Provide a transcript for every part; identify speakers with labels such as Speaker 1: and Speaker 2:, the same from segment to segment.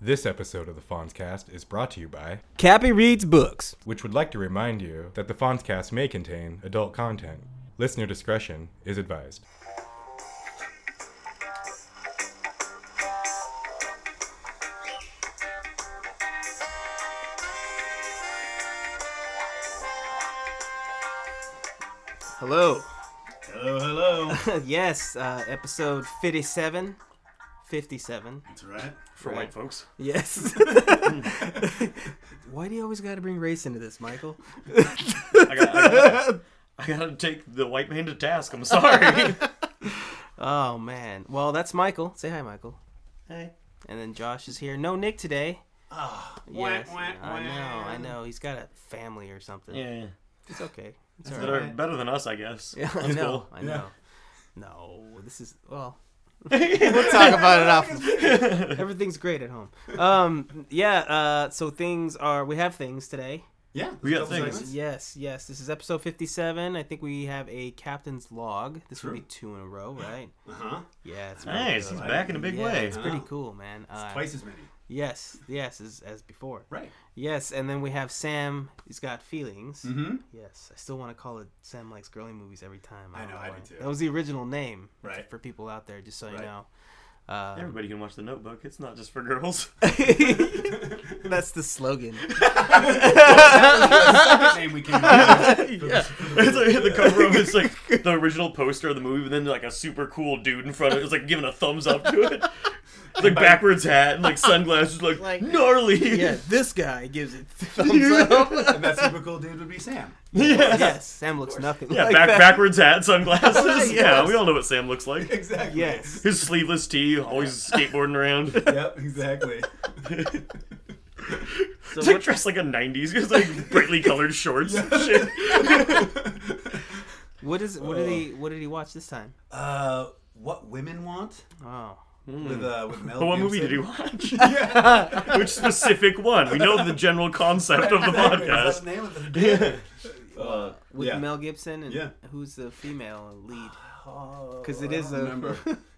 Speaker 1: This episode of the Fonzcast is brought to you by,
Speaker 2: Cappy reads books.
Speaker 1: which would like to remind you that the Fonzcast may contain adult content. Listener discretion is advised.
Speaker 2: Hello.
Speaker 3: Hello, Oh, hello.
Speaker 2: yes, uh, episode 57. 57.
Speaker 3: That's right.
Speaker 4: for
Speaker 2: Right.
Speaker 4: white folks.
Speaker 2: Yes. Why do you always got to bring race into this, Michael?
Speaker 4: I got, I, got, I got to take the white man to task. I'm sorry.
Speaker 2: Oh, man. Well, that's Michael. Say hi, Michael.
Speaker 4: hey.
Speaker 2: And then Josh is here. No Nick today.
Speaker 3: Ah,
Speaker 2: Yes.
Speaker 3: wah, wah,
Speaker 2: I know, I
Speaker 3: wah.
Speaker 2: know. He's got a family or something.
Speaker 4: Yeah.
Speaker 2: It's okay. It's all
Speaker 4: That
Speaker 2: right.
Speaker 4: are better than us, I guess.
Speaker 2: Yeah, I
Speaker 4: That's
Speaker 2: know.
Speaker 4: cool.
Speaker 2: I
Speaker 3: Yeah.
Speaker 2: know. No, this is, well, we'll talk about it off Everything's great at home. Um, yeah. Uh, so things are. We have things today.
Speaker 3: Yeah,
Speaker 4: We
Speaker 3: there's a
Speaker 4: got
Speaker 3: couple
Speaker 4: things.
Speaker 3: segments.
Speaker 2: Yes. Yes. This is episode fifty-seven. I think we have a captain's log. This will
Speaker 3: True.
Speaker 2: be two in a row, right?
Speaker 3: Uh-huh.
Speaker 2: Yeah. It's really
Speaker 4: Nice.
Speaker 2: good.
Speaker 4: He's back in a big
Speaker 2: Yeah,
Speaker 4: way.
Speaker 2: It's pretty
Speaker 3: Wow.
Speaker 2: cool, man. Uh,
Speaker 3: Twice as many.
Speaker 2: Yes. Yes. As, as before.
Speaker 3: Right.
Speaker 2: Yes. And then we have Sam. He's got feelings.
Speaker 3: Mm-hmm.
Speaker 2: Yes. I still want to call it Sam likes girly movies every time.
Speaker 3: I
Speaker 2: don't
Speaker 3: know, I
Speaker 2: why.
Speaker 3: do too.
Speaker 2: That was the original name.
Speaker 3: Right.
Speaker 2: For people out there, just so you
Speaker 3: Right.
Speaker 2: know. Uh,
Speaker 4: Everybody can watch The Notebook. It's not just for girls.
Speaker 2: that's the slogan.
Speaker 3: Second name we came up with.
Speaker 4: it's like the cover of it's like the original poster of the movie, but then like a super cool dude in front of it is like giving a thumbs up to it. It's like backwards hat and like sunglasses, like,
Speaker 2: Like-
Speaker 4: gnarly.
Speaker 2: yeah, this guy gives it thumbs up.
Speaker 3: And that super cool dude would be Sam.
Speaker 4: yeah.
Speaker 2: yes, Sam looks nothing
Speaker 4: Yeah,
Speaker 2: like
Speaker 4: back,
Speaker 2: that.
Speaker 4: backwards hat, sunglasses.
Speaker 2: Yes.
Speaker 4: Yeah, we all know what Sam looks like.
Speaker 3: Exactly.
Speaker 2: Yes.
Speaker 4: His sleeveless tee, always skateboarding around.
Speaker 3: Yep, exactly.
Speaker 2: So
Speaker 4: It's like
Speaker 2: what-
Speaker 4: dressed like a '90s, it's like brightly colored shorts. and shit.
Speaker 2: what is what did he what did he watch this time?
Speaker 3: uh, what women want
Speaker 2: Oh,
Speaker 3: with uh, with Mel.
Speaker 4: But Hmm. what movie did
Speaker 3: Gibson.
Speaker 4: you watch? Which specific one? We know the general concept of the
Speaker 3: Exactly, that's
Speaker 4: podcast.
Speaker 3: the name of the uh,
Speaker 2: with
Speaker 3: yeah.
Speaker 2: Mel Gibson and
Speaker 3: Yeah.
Speaker 2: who's the female lead?
Speaker 3: Oh,
Speaker 2: 'Cause it
Speaker 3: I
Speaker 2: is
Speaker 3: don't
Speaker 2: a-
Speaker 3: remember.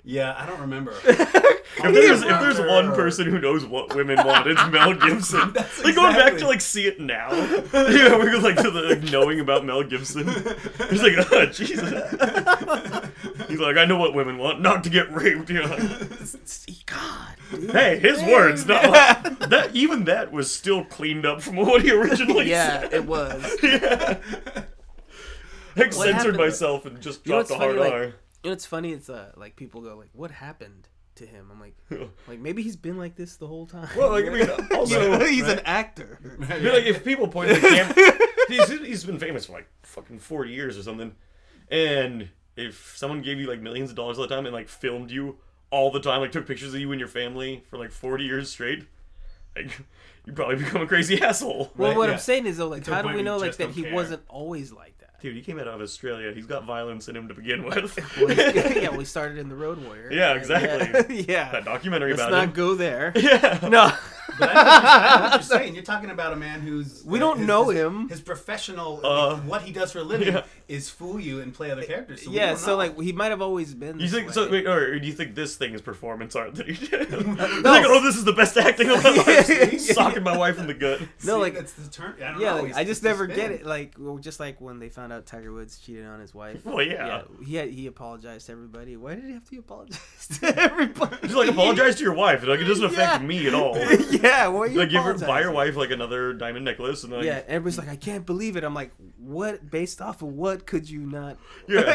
Speaker 3: Yeah, I don't remember.
Speaker 4: If there's, if there's one person who knows what women want, it's Mel Gibson.
Speaker 3: That's
Speaker 4: like going back
Speaker 3: exactly-
Speaker 4: to like see it now. yeah, we're like to the like, knowing about Mel Gibson. It's like, oh Jesus. He's like, I know what women want, not to get raped. You're like,
Speaker 2: God,
Speaker 4: hey, his words, not mine. that. Even that was still cleaned up from what he originally said.
Speaker 2: yeah, it was. You
Speaker 4: I
Speaker 2: happened?
Speaker 4: censored myself and just
Speaker 2: know what's
Speaker 4: dropped a hard
Speaker 2: funny? Like,
Speaker 4: R.
Speaker 2: you know what's funny? It's uh, like people go like, "What happened to him?" I'm like, like maybe he's been like this the whole time.
Speaker 4: Well, like, I mean, also,
Speaker 2: he's an actor.
Speaker 4: I mean, like, if people point at the camera, he's, he's been famous for like fucking 40 years or something. And if someone gave you like millions of dollars all the time and like filmed you all the time, like took pictures of you and your family for like 40 years straight, like, you probably become a crazy asshole.
Speaker 2: Well,
Speaker 3: Right,
Speaker 2: what
Speaker 3: yeah.
Speaker 2: I'm saying is though, like,
Speaker 3: Until
Speaker 2: how do
Speaker 3: when
Speaker 2: we
Speaker 3: we
Speaker 2: know like
Speaker 3: just
Speaker 2: that
Speaker 3: don't
Speaker 2: he
Speaker 3: care.
Speaker 2: wasn't always like that?
Speaker 4: Dude, he came out of Australia. He's got violence in him to begin with.
Speaker 2: yeah, we started in the Road Warrior. and,
Speaker 4: Yeah,
Speaker 2: uh,
Speaker 4: exactly.
Speaker 2: yeah.
Speaker 4: that documentary
Speaker 2: Let's
Speaker 4: about
Speaker 2: not
Speaker 4: him.
Speaker 2: go there.
Speaker 4: yeah.
Speaker 2: No.
Speaker 3: But I know what you're- I know what you're saying. You're talking about a man who's uh,
Speaker 2: We don't know him.
Speaker 3: His professional,
Speaker 4: Uh,
Speaker 3: what he does for a living,
Speaker 4: yeah.
Speaker 3: is fool you and play other characters. So we
Speaker 2: yeah,
Speaker 3: don't
Speaker 2: so
Speaker 3: know.
Speaker 2: like he might have always been.
Speaker 4: You
Speaker 2: this
Speaker 4: think
Speaker 2: way.
Speaker 4: so? Wait, or do you think this thing is performance art that he did? You're like, oh, this is the best acting of my life. Socking my wife in the gut.
Speaker 3: See,
Speaker 2: no, like-
Speaker 3: that's the turn. I don't
Speaker 2: Yeah,
Speaker 3: know.
Speaker 2: like,
Speaker 3: It's
Speaker 2: I just
Speaker 3: the
Speaker 2: never
Speaker 3: spin.
Speaker 2: get it. Like, well, just like when they found out Tiger Woods cheated on his wife.
Speaker 4: Well, yeah.
Speaker 2: he had, he apologized to everybody. Why did he have to apologize to everybody?
Speaker 4: Just like apologize to your wife. Like it doesn't affect
Speaker 2: Yeah.
Speaker 4: me at all.
Speaker 2: yeah, why are you
Speaker 4: Like give her,
Speaker 2: apologizing?
Speaker 4: buy your wife like another diamond necklace and like
Speaker 2: Yeah, everybody's like, I can't believe it. I'm like, what? Based off of what could you not?
Speaker 4: Yeah.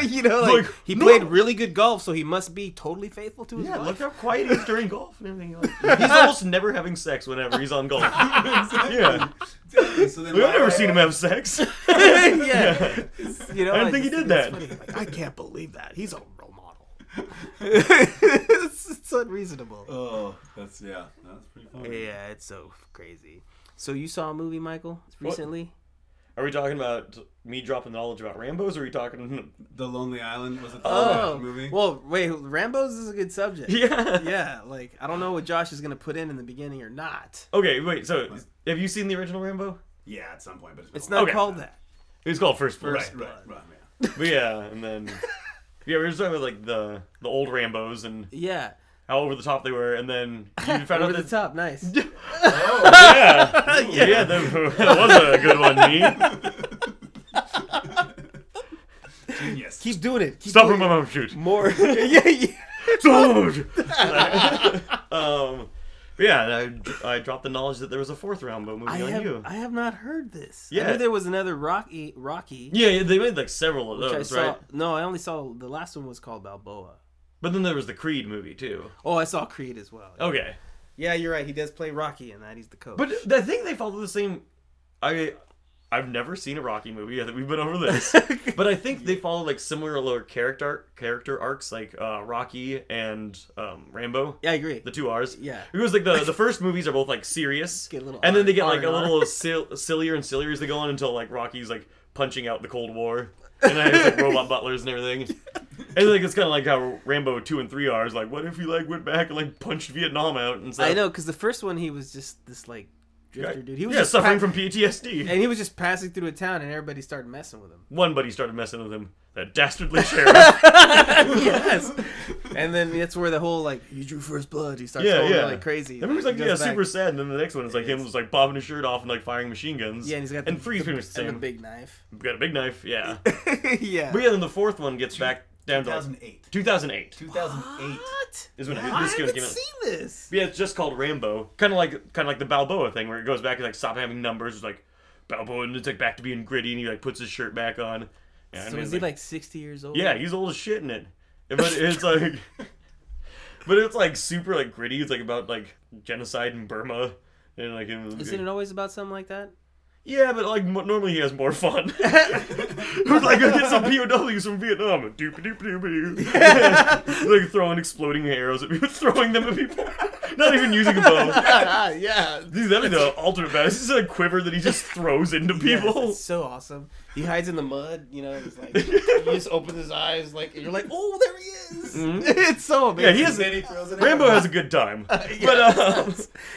Speaker 2: you know, like,
Speaker 4: Like,
Speaker 2: he
Speaker 4: no.
Speaker 2: played really good golf, so he must be totally faithful to his
Speaker 4: Yeah,
Speaker 2: wife.
Speaker 4: look how quiet he is during golf and everything. Like, he's almost never having sex whenever he's on golf. yeah,
Speaker 3: Exactly. So then
Speaker 4: we've
Speaker 3: why-
Speaker 4: never seen him have sex.
Speaker 2: yeah. You know,
Speaker 4: I didn't think he
Speaker 2: just
Speaker 4: did
Speaker 2: it's
Speaker 4: that.
Speaker 2: funny, like, I can't believe that. He's a role model. it's, it's unreasonable.
Speaker 3: Oh, that's yeah. That's pretty funny.
Speaker 2: Yeah, it's so crazy. So you saw a movie, Michael, recently?
Speaker 4: Are we talking about me dropping the knowledge about Rambo's? Or are we talking?
Speaker 3: The Lonely Island was it the
Speaker 2: Oh,
Speaker 3: movie?
Speaker 2: well, wait. Rambo's is a good subject.
Speaker 4: Yeah.
Speaker 2: yeah. Like I don't know what Josh is gonna put in in the beginning or not.
Speaker 4: Okay, wait. So have you seen the original Rambo?
Speaker 3: yeah, at some point, but it's, been
Speaker 2: It's
Speaker 3: a while.
Speaker 2: not
Speaker 4: Okay.
Speaker 2: called that.
Speaker 4: It was called First Blood.
Speaker 3: right, right, right. yeah.
Speaker 4: But yeah, and then yeah, we were just talking about like the the old Rambo's and
Speaker 2: Yeah.
Speaker 4: how over the top they were, and then you found
Speaker 2: Over
Speaker 4: out
Speaker 2: the
Speaker 4: that
Speaker 2: top, nice.
Speaker 4: yeah, yeah, that, that was a good one. Me,
Speaker 3: Genius.
Speaker 2: Keep doing it. Keep
Speaker 4: stop
Speaker 2: doing
Speaker 4: him, mom, shoot.
Speaker 2: More. yeah, yeah.
Speaker 4: Dude. um, but yeah, and I, I dropped the knowledge that there was a fourth round but
Speaker 2: I
Speaker 4: movie on you.
Speaker 2: have, I have not heard this. I
Speaker 4: Yeah.
Speaker 2: knew there was another Rocky. Rocky.
Speaker 4: Yeah, yeah, they made like several of
Speaker 2: which I
Speaker 4: those,
Speaker 2: saw-
Speaker 4: right?
Speaker 2: No, I only saw the last one was called Balboa.
Speaker 4: But then there was the Creed movie too.
Speaker 2: Oh, I saw Creed as well.
Speaker 4: Okay,
Speaker 2: Yeah, you're right. He does play Rocky in that. He's the coach.
Speaker 4: Oh. but I think they follow the same. I I've never seen a Rocky movie. I think we've been over this, but I think they follow like similar little character character arcs, like uh, Rocky and um, Rambo.
Speaker 2: yeah, I agree.
Speaker 4: The two R's.
Speaker 2: Yeah.
Speaker 4: Because like the the first movies are both like serious,
Speaker 2: Get a little
Speaker 4: and then they
Speaker 2: R-
Speaker 4: get like a
Speaker 2: R&R.
Speaker 4: little sil- sillier and sillier as they go on until like Rocky's like punching out the Cold War, and then it's like robot butlers and everything. And like it's kind of like how Rambo two and three are is like, what if he like went back and like punched Vietnam out and stuff?
Speaker 2: I know because the first one he was just this like drifter dude. He was
Speaker 4: yeah,
Speaker 2: just
Speaker 4: suffering
Speaker 2: pa-
Speaker 4: from PTSD.
Speaker 2: and he was just passing through a town and everybody started messing with him.
Speaker 4: One buddy started messing with him. That dastardly sheriff.
Speaker 2: yes. And then that's where the whole like you drew first blood. He starts
Speaker 4: Yeah,
Speaker 2: going
Speaker 4: yeah.
Speaker 2: like crazy.
Speaker 4: That movie's like
Speaker 2: He
Speaker 4: yeah,
Speaker 2: goes back.
Speaker 4: super sad. And then the next one is like him just like bobbing his shirt off and like firing machine guns.
Speaker 2: Yeah, and he's got
Speaker 4: and
Speaker 2: the,
Speaker 4: three's
Speaker 2: the,
Speaker 4: pretty much the
Speaker 2: and the
Speaker 4: same.
Speaker 2: big knife.
Speaker 4: Got a big knife. Yeah.
Speaker 2: yeah.
Speaker 4: But yeah, then the fourth one gets back down to like
Speaker 3: 2008.
Speaker 4: 2008
Speaker 3: 2008
Speaker 2: What?
Speaker 4: is when
Speaker 2: I
Speaker 4: this
Speaker 2: haven't
Speaker 4: came out.
Speaker 2: seen this.
Speaker 4: Yeah, it's just called Rambo, kind of like kind of like the Balboa thing, where it goes back and like stop having numbers, it's like Balboa, and it's like back to being gritty, and he like puts his shirt back on. Yeah, I
Speaker 2: So
Speaker 4: mean,
Speaker 2: is he like 60 years old?
Speaker 4: yeah, he's old as shit in it, but it's like, but it's like super like gritty. It's like about like genocide in Burma. And like, him-
Speaker 2: Isn't it always about something like that?
Speaker 4: yeah, but like mo- normally he has more fun. Who's like, I get some POWs from Vietnam. and Doop doop doop doop. like throwing exploding arrows at people, throwing them at people. Not even using a bow.
Speaker 2: yeah.
Speaker 4: Dude, that'd be the ultimate badass. This is a quiver that he just throws into people.
Speaker 2: It's so awesome. He hides in the mud, you know. He's like, Mm-hmm. you just open his eyes, like and you're like, oh, there he is. it's so
Speaker 4: Yeah,
Speaker 2: amazing.
Speaker 4: he has.
Speaker 3: Then he throws it
Speaker 4: Rambo
Speaker 3: out.
Speaker 4: has a good time. But um,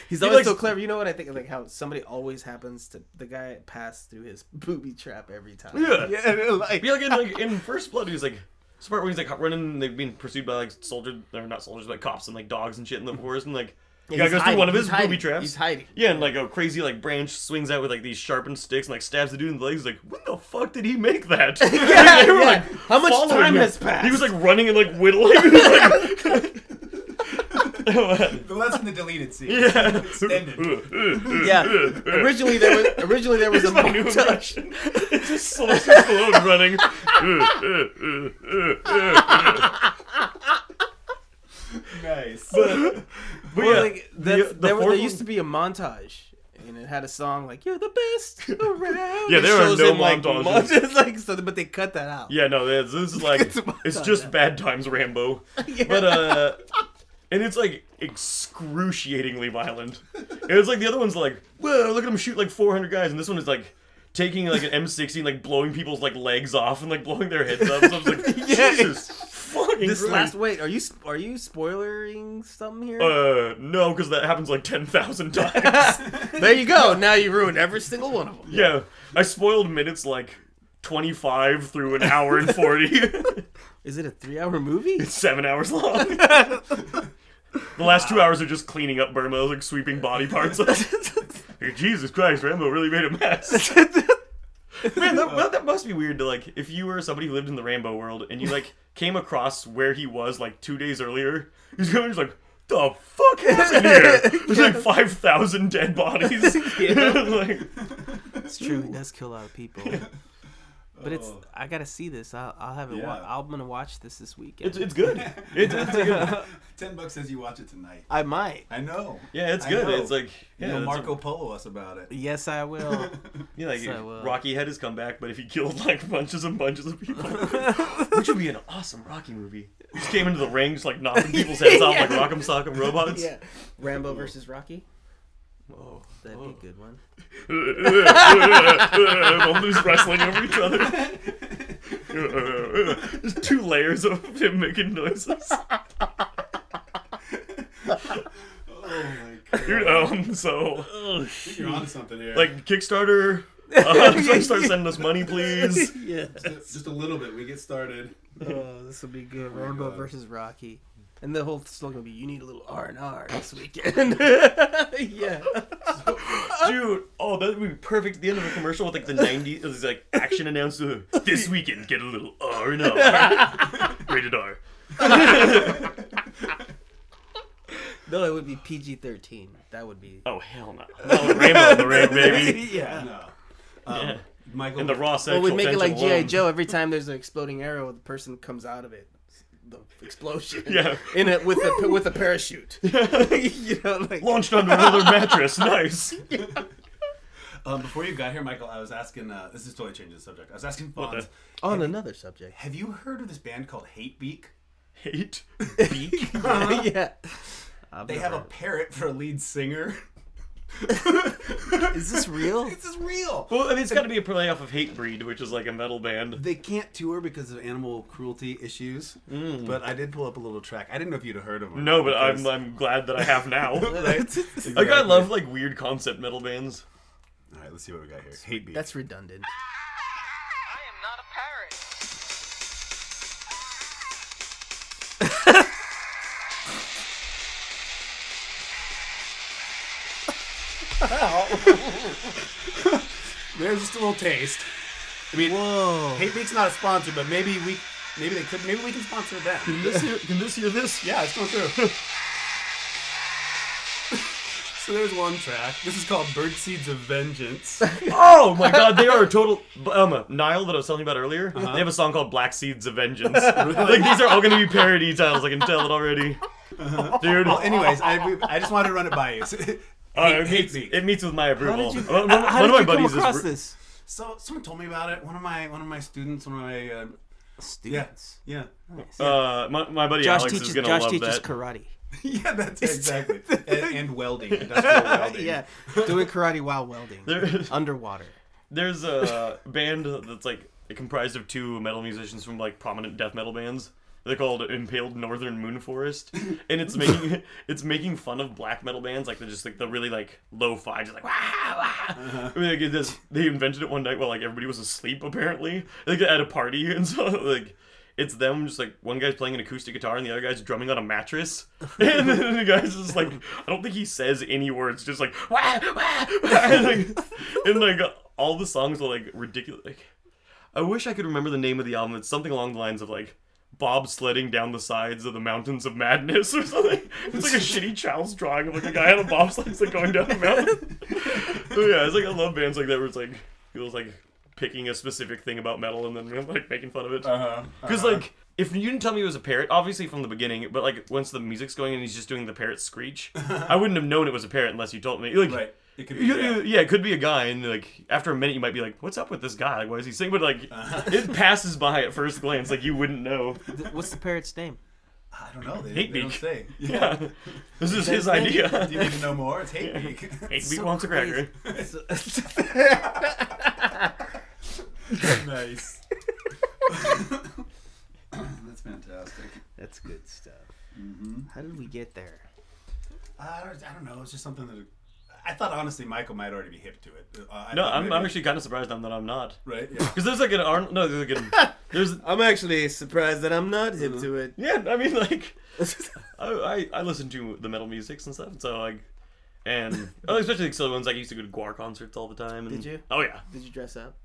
Speaker 2: he's
Speaker 4: he
Speaker 2: always
Speaker 4: likes-
Speaker 2: so clever. You know what I think? Like how somebody always happens to the guy passed through his booby trap every time.
Speaker 4: Yeah.
Speaker 2: yeah like,
Speaker 4: be like in like in First Blood, he's like. it's the part where he's like running, and they've been pursued by like soldiers, they're not soldiers, but like cops and like dogs and shit in the forest, and like the
Speaker 2: Yeah,
Speaker 4: guy
Speaker 2: he's
Speaker 4: goes
Speaker 2: hiding,
Speaker 4: through one of
Speaker 2: he's
Speaker 4: his
Speaker 2: hiding,
Speaker 4: booby traps.
Speaker 2: He's hiding.
Speaker 4: Yeah, and like a crazy like branch swings out with like these sharpened sticks and like stabs the dude in the legs. Like, when the fuck did he make that? yeah,
Speaker 2: Yeah, yeah. How much time has
Speaker 4: He
Speaker 2: passed?
Speaker 4: was like running and like whittling. He was, like-
Speaker 3: The less than the deleted scene.
Speaker 4: yeah.
Speaker 3: Extended.
Speaker 2: Yeah. originally there was originally there was a
Speaker 4: It's my new
Speaker 2: montage.
Speaker 4: impression. It's just Sylvester Stallone running.
Speaker 3: Nice.
Speaker 4: but but
Speaker 2: Well,
Speaker 4: yeah,
Speaker 2: like,
Speaker 4: the-
Speaker 2: that's-
Speaker 4: the
Speaker 2: there, was-
Speaker 4: fourth
Speaker 2: there used
Speaker 4: one-
Speaker 2: to be a montage, and it had a song like "You're the best around."
Speaker 4: Yeah,
Speaker 2: It
Speaker 4: there are
Speaker 2: shows
Speaker 4: no
Speaker 2: him, like,
Speaker 4: montages.
Speaker 2: montages, like so, but they cut that out.
Speaker 4: Yeah, no, this this is like
Speaker 2: It's
Speaker 4: it's,
Speaker 2: about time
Speaker 4: just
Speaker 2: now.
Speaker 4: bad times Rambo. But uh and it's like excruciatingly violent. And it's like the other one's like, whoa, look at him shoot like 400 guys, and this one is like taking like an M60 and like blowing people's like legs off and like blowing their heads up. So I was like,
Speaker 2: Yeah,
Speaker 4: Jesus, fucking
Speaker 2: This
Speaker 4: Christ."
Speaker 2: last wait, are you sp- are you spoilering something here?
Speaker 4: Uh, no, because that happens like 10,000 times.
Speaker 2: there you go. Now you ruined every single one of them.
Speaker 4: yeah, I spoiled minutes like 25 through an hour and 40.
Speaker 2: Is it a three-hour movie?
Speaker 4: seven hours long. the last two hours are just cleaning up Burma, like sweeping body parts. up. Like, Jesus Christ, Rambo really made a mess. Man, that, well, that must be weird to like if you were somebody who lived in the Rambo world and you like came across where he was like two days earlier. He's going just like. The fuck happened here? There's like five thousand dead bodies. like,
Speaker 2: It's true. It does kill a lot of people. But it's
Speaker 3: Oh.
Speaker 2: I gotta see this. I'll, I'll have it.
Speaker 3: Yeah.
Speaker 2: Wa- I'm gonna watch this this weekend.
Speaker 4: it's, it's good. It's, it's good.
Speaker 3: Ten bucks says you watch it tonight.
Speaker 2: I might.
Speaker 3: I know.
Speaker 4: Yeah, it's
Speaker 3: I
Speaker 4: good.
Speaker 3: know.
Speaker 4: It's like
Speaker 3: You'll
Speaker 4: yeah, that's a- Oh.
Speaker 3: Marco Polo us about it.
Speaker 2: Yes, I will.
Speaker 4: Yeah, like
Speaker 2: So, uh,
Speaker 4: Rocky had his comeback, but if he killed like bunches and bunches of people, which would be an awesome Rocky movie. Just came into the ring, just like knocking people's heads off like Rock'em Sock'em robots.
Speaker 2: yeah. Rambo versus Rocky.
Speaker 4: Oh,
Speaker 2: That'd be a good one.
Speaker 4: All these wrestling over each other. There's two layers of him making noises.
Speaker 3: Oh my god.
Speaker 4: Dude, um, so
Speaker 3: You're onto something here.
Speaker 4: like Kickstarter, uh, start sending us money, please.
Speaker 2: yeah.
Speaker 3: just a little bit. We get started.
Speaker 2: Oh, this will be good. Rambo versus Rocky. And the whole slogan would be, "You need a little R and R this weekend." yeah.
Speaker 4: Dude, oh, that would be perfect. At the end of a commercial with like the '90s, it was like action announcer. This weekend, get a little R and R, rated R.
Speaker 2: No, it would be PG thirteen. That would be.
Speaker 4: Oh hell no, not with Rainbow in the Rain, baby.
Speaker 2: yeah.
Speaker 3: No. Um,
Speaker 4: Yeah.
Speaker 3: Michael.
Speaker 4: And the raw
Speaker 2: Well,
Speaker 4: sexual
Speaker 2: we'd make it like
Speaker 4: tension
Speaker 2: GI
Speaker 4: alone.
Speaker 2: Joe. Every time there's an exploding arrow, the person comes out of it. The explosion.
Speaker 4: Yeah.
Speaker 2: In it with a with a parachute. you know, like.
Speaker 4: Launched onto another mattress. Nice.
Speaker 3: Um, before you got here, Michael, I was asking. Uh, this is totally changing the subject. I was asking
Speaker 4: the-
Speaker 3: Fonz,
Speaker 2: On another subject.
Speaker 3: have you heard of this band called Hate Beak?
Speaker 4: Hate. Beak.
Speaker 2: yeah.
Speaker 3: They have a parrot for a lead singer.
Speaker 2: Is this real?
Speaker 3: this is real.
Speaker 4: Well, I mean, it's got to be a playoff of Hate Breed, which is like a metal band.
Speaker 3: They can't tour because of animal cruelty issues. But I did pull up a little track. I didn't know if you'd heard of them.
Speaker 4: Mm. No, but I'm I'm glad that I have now. Like I
Speaker 3: Exactly.
Speaker 4: love like weird concept metal bands.
Speaker 3: All right, let's see what we got here. Hate Beak.
Speaker 2: That's redundant.
Speaker 5: I am not a parrot.
Speaker 3: There's just a little taste. I mean,
Speaker 2: Whoa.
Speaker 3: Hate Beak's not a sponsor, but maybe we, maybe they could, maybe we can sponsor them.
Speaker 4: This year, can this hear this?
Speaker 3: Yeah, it's going through. so there's one track. This is called Bird Seeds of Vengeance.
Speaker 4: Oh my god, they are a total. Um, Nile that I was telling you about earlier.
Speaker 2: Uh-huh.
Speaker 4: They have a song called Black Seeds of Vengeance. Like these are all gonna be parody titles. I can tell it already.
Speaker 2: Uh-huh.
Speaker 4: Dude,
Speaker 3: well, anyways, I, we, I just wanted to run it by you. hate,
Speaker 4: Uh, it,
Speaker 3: hate
Speaker 4: meets,
Speaker 3: Beak.
Speaker 4: it meets with my approval.
Speaker 2: did you-
Speaker 4: one of-
Speaker 2: How
Speaker 4: one
Speaker 2: did
Speaker 4: of my
Speaker 2: you come
Speaker 4: buddies
Speaker 2: across
Speaker 4: is.
Speaker 2: this?
Speaker 3: So someone told me about it. One of my one of my students, one of my uh, yeah
Speaker 2: Students.
Speaker 3: yeah
Speaker 4: Uh, my, my buddy
Speaker 2: Josh
Speaker 4: Alex
Speaker 2: teaches
Speaker 4: is gonna
Speaker 2: Josh
Speaker 4: love
Speaker 2: teaches
Speaker 4: that.
Speaker 2: karate.
Speaker 3: yeah that's exactly and, and welding industrial welding
Speaker 2: yeah, doing karate while welding
Speaker 4: There-
Speaker 2: underwater.
Speaker 4: There's a band that's like comprised of two metal musicians from like prominent death metal bands. They're called Impaled Northern Moon Forest, and it's making it's making fun of black metal bands like they're just like the really like low fi, just like wah wah. I mean, like, it just, they invented it one night while like everybody was asleep apparently, like at a party, and so like it's them just like one guy's playing an acoustic guitar and the other guy's drumming on a mattress, and then the guy's just like I don't think he says any words, just like wah wah, wah. And, like, and like all the songs are like ridiculous. Like I wish I could remember the name of the album. It's something along the lines of like Bob sledding down the sides of the mountains of madness or something. It's like a shitty child's drawing of like a guy on a bobsled like going down a mountain. so yeah, it's like I love bands like that where it's like it was like picking a specific thing about metal and then like making fun of it.
Speaker 3: uh-huh,
Speaker 4: Because like if you didn't tell me it was a parrot, obviously from the beginning, but like once the music's going and he's just doing the parrot screech, I wouldn't have known it was a parrot unless you told me. Like,
Speaker 3: right it could be
Speaker 4: you- you-
Speaker 3: yeah.
Speaker 4: yeah. it could be a guy, and like after a minute, you might be like, "What's up with this guy? Like, why is he singing?" But like,
Speaker 3: Uh-huh.
Speaker 4: it passes by at first glance, like you wouldn't know.
Speaker 2: Th- What's the parrot's name?
Speaker 3: I don't know they,
Speaker 4: Hate
Speaker 3: they don't
Speaker 4: Beak.
Speaker 3: say
Speaker 4: Yeah, this is his idea.
Speaker 3: do you need to know more it's Hate Beak
Speaker 4: Hate me
Speaker 2: so
Speaker 4: wants a cracker.
Speaker 3: nice that's fantastic
Speaker 2: That's good stuff. How did we get there?
Speaker 3: I don't, I don't know it's just something that I thought honestly Michael might already be hip to it uh, I
Speaker 4: No,
Speaker 3: thought
Speaker 4: I'm, I'm
Speaker 3: maybe-
Speaker 4: actually kind of surprised now that I'm not.
Speaker 3: right yeah
Speaker 4: Because there's like an Arn no, there's like an there's
Speaker 2: I'm actually surprised that I'm not hip to it.
Speaker 4: yeah. I mean, like Oh, I, I I listen to the metal musics and stuff, and so like, and oh, especially like silly ones. Like, I used to go to Guar concerts all the time. And,
Speaker 2: Did you?
Speaker 4: Oh yeah,
Speaker 2: Did you dress up?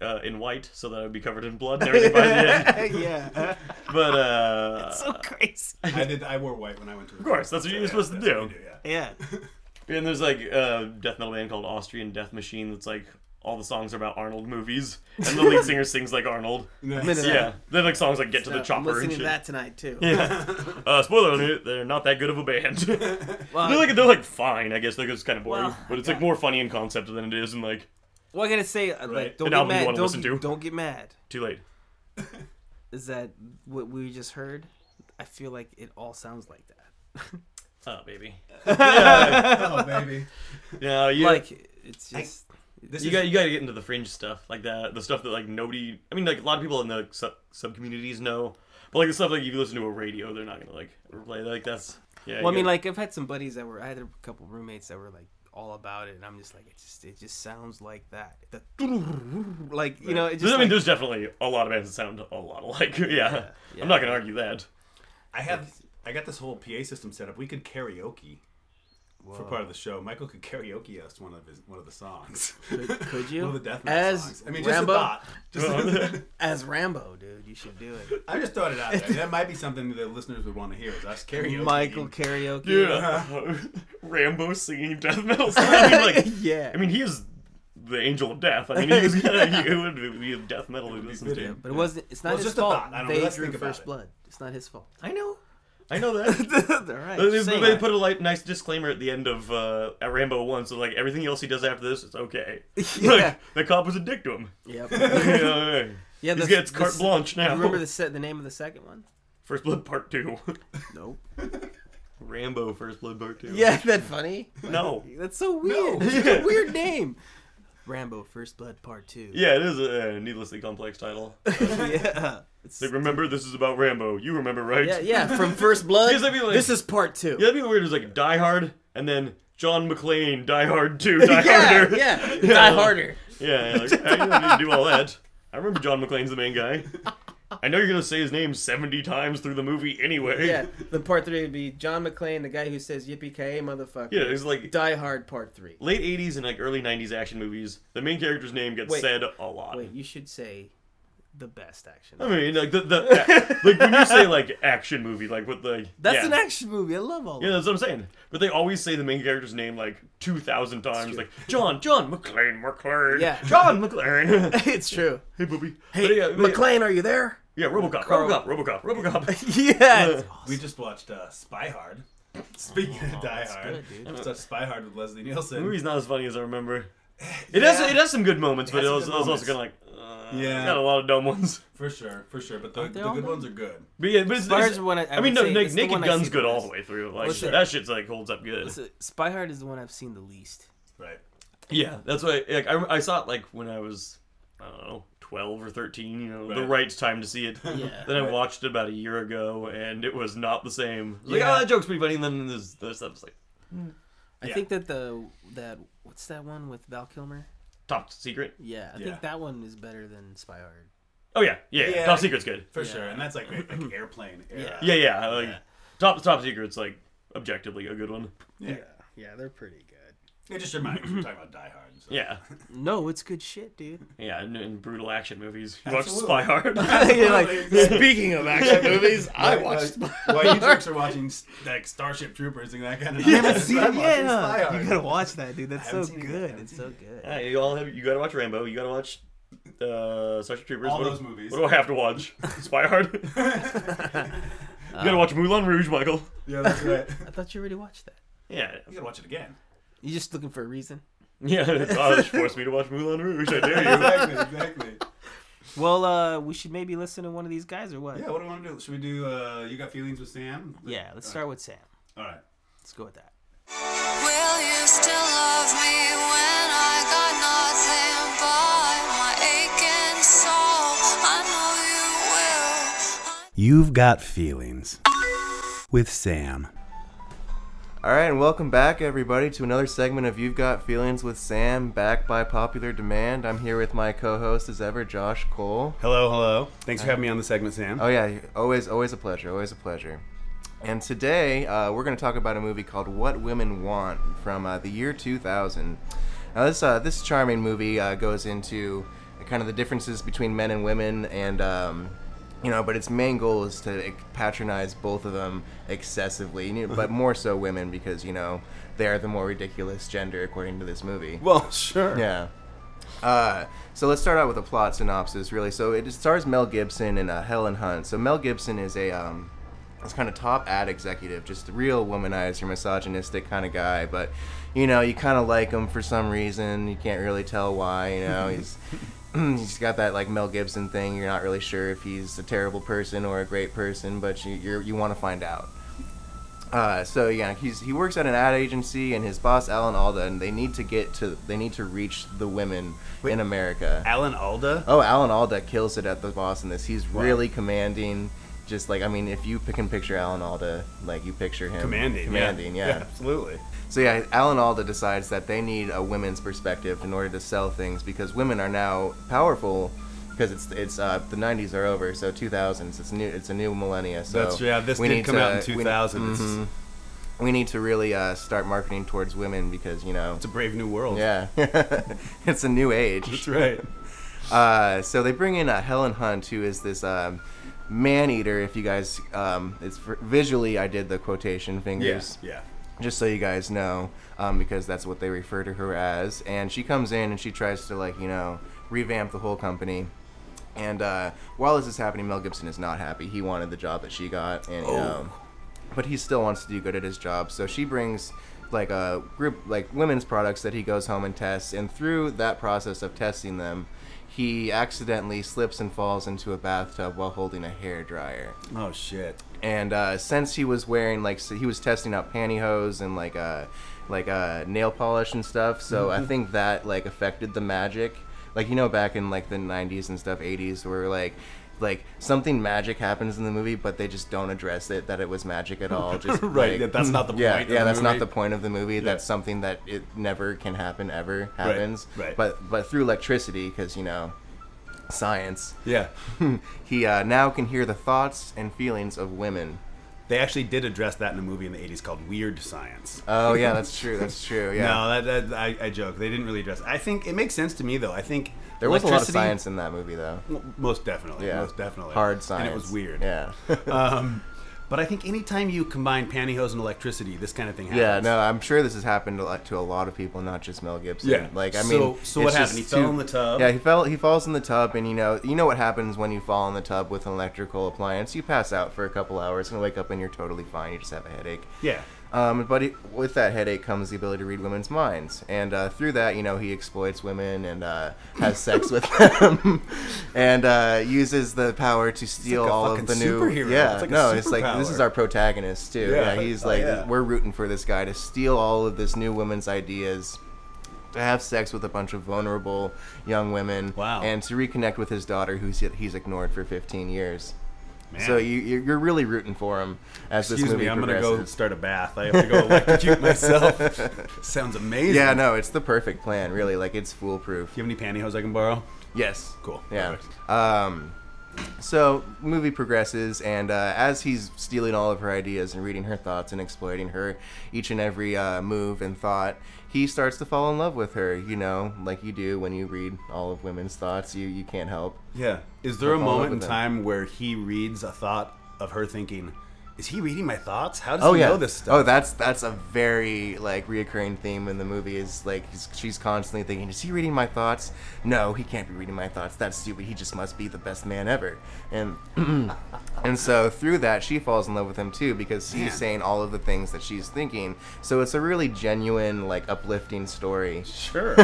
Speaker 4: uh, in white, so that I would be covered in blood and everything by the end.
Speaker 2: yeah.
Speaker 4: But uh,
Speaker 2: so crazy.
Speaker 3: I did I wore white when I went to of
Speaker 4: course, that's what you're supposed to do.
Speaker 3: yeah
Speaker 2: Yeah.
Speaker 4: And there's like a death metal band called Austrian Death Machine that's like all the songs are about Arnold movies, and the lead singer sings like Arnold.
Speaker 3: Nice.
Speaker 2: Minute.
Speaker 4: Yeah, they have like songs like "Get to the
Speaker 2: I'm
Speaker 4: Chopper" and
Speaker 2: listening
Speaker 4: shit.
Speaker 2: to that tonight too.
Speaker 4: Yeah. Uh, spoiler alert: they're not that good of a band. they're
Speaker 2: Well,
Speaker 4: like they're like fine, I guess. Like it's kind of boring,
Speaker 2: Well,
Speaker 4: but it's
Speaker 2: yeah.
Speaker 4: like more funny in concept than it is in like
Speaker 2: Well, I gotta say, uh, like,
Speaker 4: Right.
Speaker 2: don't
Speaker 4: An
Speaker 2: get
Speaker 4: album you
Speaker 2: mad.
Speaker 4: wanna
Speaker 2: Don't,
Speaker 4: listen to.
Speaker 2: get- don't get mad.
Speaker 4: too late.
Speaker 2: Is that what we just heard? I feel like it all sounds like that.
Speaker 4: Oh baby.
Speaker 3: oh baby
Speaker 4: No, you
Speaker 2: Like it's just
Speaker 3: this
Speaker 4: you
Speaker 3: is
Speaker 4: got you got to get into the fringe stuff, like the the stuff that like nobody. I mean, like a lot of people in the sub sub communities know, but like the stuff like if you listen to a radio, they're not gonna like replay. Like that's yeah.
Speaker 2: Well, I
Speaker 4: you
Speaker 2: mean,
Speaker 4: gotta-
Speaker 2: like I've had some buddies that were. I had a couple roommates that were like all about it, and I'm just like, it just it just sounds like that. The like you know, it just
Speaker 4: I mean,
Speaker 2: like-
Speaker 4: there's definitely a lot of bands that sound a lot alike. Yeah,
Speaker 2: yeah.
Speaker 4: I'm not gonna argue that.
Speaker 3: I have I got this whole PA system set up. We could karaoke for
Speaker 2: Oh.
Speaker 3: part of the show. Michael could karaoke us one of his one of the songs.
Speaker 2: Could you?
Speaker 3: one of the death metal
Speaker 2: As
Speaker 3: songs. I mean,
Speaker 2: Rambo,
Speaker 3: just a thought. Just
Speaker 2: as Rambo, dude, you should do it.
Speaker 3: I just throwing it out there. That might be something that the listeners would want to hear. Is us karaoke?
Speaker 2: Michael karaoke.
Speaker 4: Yeah. Rambo singing death metal. song. I mean, like,
Speaker 2: Yeah.
Speaker 4: I mean, he is the angel of death. I mean, he was gonna, it would be a death metal we listen
Speaker 3: Yeah.
Speaker 4: to.
Speaker 2: But it wasn't. It's not
Speaker 3: Well, it's
Speaker 2: his
Speaker 3: just a
Speaker 2: fault.
Speaker 3: thought. I don't know.
Speaker 2: They
Speaker 3: Let's
Speaker 2: drew
Speaker 3: think about
Speaker 2: first
Speaker 3: it.
Speaker 2: blood. It's not his fault.
Speaker 4: I know. I know that.
Speaker 2: All right.
Speaker 4: They,
Speaker 2: just saying.
Speaker 4: they put a like, nice disclaimer at the end of uh, at Rambo One, so like everything else he does after this, it's okay.
Speaker 2: Yeah.
Speaker 4: Like, the cop was a dick to him.
Speaker 2: Yep.
Speaker 4: You know what I mean?
Speaker 2: Yeah.
Speaker 4: He
Speaker 2: the-
Speaker 4: gets
Speaker 2: the-
Speaker 4: carte blanche now.
Speaker 2: Remember the set, the name of the second one?
Speaker 4: First Blood Part Two.
Speaker 2: Nope.
Speaker 4: Rambo First Blood Part Two.
Speaker 2: Yeah, isn't that funny?
Speaker 4: No.
Speaker 2: That's so weird.
Speaker 3: No.
Speaker 2: It's a weird name. Rambo First Blood Part Two.
Speaker 4: Yeah, it is a needlessly complex title.
Speaker 2: yeah. It's-
Speaker 4: Like, remember, this is about Rambo. You remember, right?
Speaker 2: yeah, yeah. From First Blood,
Speaker 4: Because I'd be like-
Speaker 2: this is Part Two.
Speaker 4: Yeah, that'd be weird. It was like Die Hard, and then John McClane, Die Hard 2, Die Harder.
Speaker 2: yeah, yeah. Die harder.
Speaker 4: Yeah, yeah, like, I don't need to do all that. I remember John McClane's the main guy. I know you're gonna say his name 70 times through the movie anyway.
Speaker 2: Yeah, the part three would be John McClane, the guy who says "Yippee ki motherfucker."
Speaker 4: Yeah, it's like
Speaker 2: Die Hard Part Three.
Speaker 4: late 80s and like early 90s action movies. The main character's name gets
Speaker 2: Wait.
Speaker 4: said a lot.
Speaker 2: Wait, you should say the best action.
Speaker 4: I mean, like the, the like when you say like action movie, like with the
Speaker 2: That's
Speaker 4: yeah.
Speaker 2: an action movie. I love all.
Speaker 4: Yeah,
Speaker 2: of
Speaker 4: that's what I'm saying. But they always say the main character's name like 2,000 times. Like, John, John, McClane, McClane.
Speaker 2: Yeah.
Speaker 4: John McClane.
Speaker 2: it. It's true.
Speaker 4: hey, booby.
Speaker 2: Hey,
Speaker 4: yeah, but
Speaker 2: McClane, are you there?
Speaker 4: Yeah, Robocop,
Speaker 2: Carl-
Speaker 4: Robocop, Robocop, Robocop.
Speaker 2: yeah. it's awesome.
Speaker 3: We just watched uh, Spy Hard. Speaking of Die Hard,
Speaker 2: Oh, good, dude.
Speaker 3: we just watched Spy Hard with Leslie
Speaker 4: the
Speaker 3: Nielsen.
Speaker 4: movie's not as funny as I remember. It has it has some good moments, but
Speaker 3: has
Speaker 4: it
Speaker 3: some
Speaker 4: was, it
Speaker 3: good
Speaker 4: was also
Speaker 3: moments.
Speaker 4: kind of like, uh,
Speaker 3: Yeah.
Speaker 4: got a lot of dumb ones.
Speaker 3: For sure, for sure. But the,
Speaker 2: they
Speaker 3: the
Speaker 2: all
Speaker 3: good
Speaker 2: good?
Speaker 3: ones are good.
Speaker 4: But yeah, but it's,
Speaker 2: Spy
Speaker 4: it's
Speaker 2: Hard's the one I- I
Speaker 4: mean,
Speaker 2: would
Speaker 4: no,
Speaker 2: say
Speaker 4: Na-
Speaker 2: it's the
Speaker 4: Naked
Speaker 2: one I
Speaker 4: Gun's
Speaker 2: see the
Speaker 4: good all the
Speaker 2: best.
Speaker 4: way through. Like
Speaker 2: What's it?
Speaker 4: that shit's like holds up good.
Speaker 2: So, Spy Hard is the one I've seen the least.
Speaker 3: Right.
Speaker 4: Yeah, that's why. Like, I, I saw it like when I was I don't know twelve or thirteen. You know, the
Speaker 3: Right.
Speaker 4: right time to see it.
Speaker 2: Yeah.
Speaker 4: Then I watched it about a year ago, and it was not the same. I was
Speaker 3: Yeah.
Speaker 4: Like, oh, that joke's pretty funny. And then there's this stuff's like
Speaker 2: I
Speaker 3: Yeah.
Speaker 2: think that the that what's that one with Val Kilmer?
Speaker 4: top secret.
Speaker 2: Yeah, I
Speaker 3: Yeah.
Speaker 2: think that one is better than Spy Hard.
Speaker 4: Oh yeah, yeah, yeah.
Speaker 3: Yeah.
Speaker 4: top secret's good.
Speaker 3: For sure. And that's like, like, like airplane era.
Speaker 4: Yeah, yeah. Like top top secret's like objectively a good one.
Speaker 3: Yeah.
Speaker 2: Yeah, they're pretty good.
Speaker 3: It just reminds me, we're talking about Die Hard. And stuff.
Speaker 4: Yeah,
Speaker 2: No, it's good shit, dude.
Speaker 4: yeah. And, and brutal action movies. You
Speaker 3: Absolutely.
Speaker 4: watch Spy Hard.
Speaker 2: You're like,
Speaker 3: Exactly.
Speaker 2: speaking of action movies, I
Speaker 3: Like,
Speaker 2: watched.
Speaker 3: like, While you jerks are watching like Starship Troopers and that kind of. You
Speaker 2: yeah. You gotta watch that, dude. That's so
Speaker 3: haven't seen it yet. I
Speaker 2: good.
Speaker 3: haven't
Speaker 2: It's so good.
Speaker 4: Yeah, you all have. You gotta watch Rambo. You gotta watch. Uh, Starship Troopers.
Speaker 3: All
Speaker 4: what
Speaker 3: those
Speaker 4: do,
Speaker 3: movies.
Speaker 4: What do I have to watch? Spy Hard. you gotta watch Moulin Rouge, Michael.
Speaker 3: Yeah, that's right.
Speaker 2: I thought you already watched that.
Speaker 4: Yeah.
Speaker 3: You gotta watch it again.
Speaker 2: You just looking for a reason.
Speaker 4: Yeah, it's oh, she forced me to watch Moulin Rouge. I dare you.
Speaker 3: Exactly, exactly.
Speaker 2: Well, uh, we should maybe listen to one of these guys or what?
Speaker 3: Yeah, what do we want to do? Should we do uh, You Got Feelings with Sam?
Speaker 2: Yeah, let's start with Sam.
Speaker 3: All right.
Speaker 2: Let's go with that.
Speaker 6: Will you still love me when I got nothing but my aching soul? I know you will.
Speaker 3: You've Got Feelings with Sam.
Speaker 7: All right, and welcome back, everybody, to another segment of You've Got Feelings with Sam, back by popular demand. I'm here with my co host, as ever, Josh Cole.
Speaker 3: Hello, hello. Thanks for having me on the segment, Sam.
Speaker 7: Oh, yeah, always, always a pleasure, always a pleasure. And today, uh, we're going to talk about a movie called What Women Want from uh, the year 2000. Now, this, uh, this charming movie uh, goes into kind of the differences between men and women, and, um, you know, but its main goal is to e-, patronize both of them excessively, you know, but more so women because, you know, they're the more ridiculous gender according to this movie.
Speaker 2: Well, sure.
Speaker 7: Yeah. Uh, so let's start out with a plot synopsis, really. So it stars Mel Gibson and uh, Helen Hunt. So Mel Gibson is a um, this kind of top ad executive, just a real womanizer, misogynistic kind of guy. But you know, you kind of like him for some reason. You can't really tell why. You know, he's Mm, he's got that like Mel Gibson thing. You're not really sure if he's a terrible person or a great person, but you you're, you want to find out. Uh, so yeah, he's he works at an ad agency, and his boss Alan Alda, and they need to get to they need to reach the women in America.
Speaker 3: Alan Alda?
Speaker 7: oh, Alan Alda kills it at the boss in this. He's really commanding. Just like I mean, if you pick and picture Alan Alda, like you picture him
Speaker 3: Commanding.
Speaker 7: commanding, yeah.
Speaker 3: absolutely.
Speaker 7: So yeah, Alan Alda decides that they need a women's perspective in order to sell things because women are now powerful because it's it's uh, the 90s are over, so 2000s. It's new. It's a new millennia. So
Speaker 3: That's yeah. This
Speaker 7: we
Speaker 3: did
Speaker 7: need
Speaker 3: come
Speaker 7: to-
Speaker 3: out in
Speaker 7: we-
Speaker 3: 2000. It's,
Speaker 7: mhm. We need to really uh, start marketing towards women because you know.
Speaker 3: it's a brave new world.
Speaker 7: Yeah, it's a new age.
Speaker 3: that's right.
Speaker 7: Uh, so they bring in uh, Helen Hunt, who is this um, man eater. If you guys, um, it's visually, I did the quotation fingers,
Speaker 3: Yes. Yeah.
Speaker 7: just so you guys know, um, because that's what they refer to her as. And she comes in and she tries to like you know revamp the whole company. And uh, while this is happening, Mel Gibson is not happy. He wanted the job that she got, and you know, but he still wants to do good at his job. So she brings like a group like women's products that he goes home and tests, and through that process of testing them, he accidentally slips and falls into a bathtub while holding a hair dryer.
Speaker 3: Oh shit.
Speaker 7: And uh, since he was wearing like so he was testing out pantyhose and like uh like uh nail polish and stuff, so
Speaker 3: Mm-hmm.
Speaker 7: I think that like affected the magic. Like you know back in like the 90s and stuff, 80s where like like something magic happens in the movie, but they just don't address it that it was magic at all. Just
Speaker 3: Right,
Speaker 7: like-
Speaker 3: that- that's not the
Speaker 7: Yeah,
Speaker 3: point of
Speaker 7: yeah,
Speaker 3: the
Speaker 7: that's
Speaker 3: movie.
Speaker 7: not the point of the movie. That's something that it never can happen ever happens.
Speaker 3: right.
Speaker 7: But but through electricity, because you know, science.
Speaker 3: Yeah.
Speaker 7: He uh, now can hear the thoughts and feelings of women.
Speaker 3: They actually did address that in a movie in the 80s called Weird Science.
Speaker 7: Oh yeah, that's true. That's true. Yeah.
Speaker 3: No, that, that I, I joke. They didn't really address. I think it makes sense to me though. I think
Speaker 7: there was a lot of
Speaker 3: electricity-
Speaker 7: science in that movie, though.
Speaker 3: M- Most definitely.
Speaker 7: Yeah,
Speaker 3: Most definitely.
Speaker 7: Hard science.
Speaker 3: And it was weird.
Speaker 7: Yeah,
Speaker 3: Um, but I think anytime you combine pantyhose and electricity, this kind of thing happens.
Speaker 7: yeah. No, I'm sure this has happened a lot to a lot of people, not just Mel Gibson.
Speaker 3: Yeah.
Speaker 7: Like I
Speaker 3: So-
Speaker 7: mean,
Speaker 3: so
Speaker 7: it's
Speaker 3: what
Speaker 7: just
Speaker 3: happened? He fell
Speaker 7: too-
Speaker 3: in the tub.
Speaker 7: Yeah, he fell. He falls in the tub, and you know, you know what happens when you fall in the tub with an electrical appliance? You pass out for a couple hours and wake up, and you're totally fine. You just have a headache.
Speaker 3: Yeah.
Speaker 7: Um, but it, with that headache comes the ability to read women's minds, and uh, through that, you know, he exploits women and uh, has sex with them, and uh, uses the power to steal
Speaker 3: like a
Speaker 7: all of
Speaker 3: fucking
Speaker 7: the new.
Speaker 3: superhero.
Speaker 7: Yeah,
Speaker 3: It's like a
Speaker 7: no, it's like this
Speaker 3: superpower.
Speaker 7: is our protagonist too.
Speaker 3: Yeah.
Speaker 7: Yeah, he's
Speaker 3: Oh,
Speaker 7: like
Speaker 3: yeah.
Speaker 7: we're rooting for this guy to steal all of this new women's ideas. To have sex with a bunch of vulnerable young women,
Speaker 3: Wow.
Speaker 7: and to reconnect with his daughter, who's he's ignored for 15 years.
Speaker 3: Man.
Speaker 7: So you, you're you're really rooting for him as this
Speaker 3: Excuse
Speaker 7: movie
Speaker 3: me, I'm gonna
Speaker 7: progresses.
Speaker 3: go start a bath. I have to go electrocute myself. Sounds amazing.
Speaker 7: Yeah, no, it's the perfect plan, really. Like it's foolproof.
Speaker 3: Do you have any pantyhose I can borrow?
Speaker 7: Yes.
Speaker 3: Cool.
Speaker 7: Yeah.
Speaker 3: Perfect.
Speaker 7: Um, so movie progresses, and uh, as he's stealing all of her ideas and reading her thoughts and exploiting her each and every uh, move and thought, he starts to fall in love with her. You know, like you do when you read all of women's thoughts, you you can't help.
Speaker 3: Yeah. Is there a
Speaker 7: I'm all
Speaker 3: moment
Speaker 7: over
Speaker 3: in
Speaker 7: that.
Speaker 3: time where he reads a thought of her thinking, "Is he reading my thoughts? How does
Speaker 7: Oh
Speaker 3: he
Speaker 7: yeah.
Speaker 3: know this stuff?"
Speaker 7: Oh, that's that's a very like reoccurring theme in the movie is like he's, she's constantly thinking, is he reading my thoughts? No, he can't be reading my thoughts. That's stupid. He just must be the best man ever. And and so through that, she falls in love with him too because he's saying all of the things that she's thinking. So it's a really genuine like uplifting story.
Speaker 3: Sure.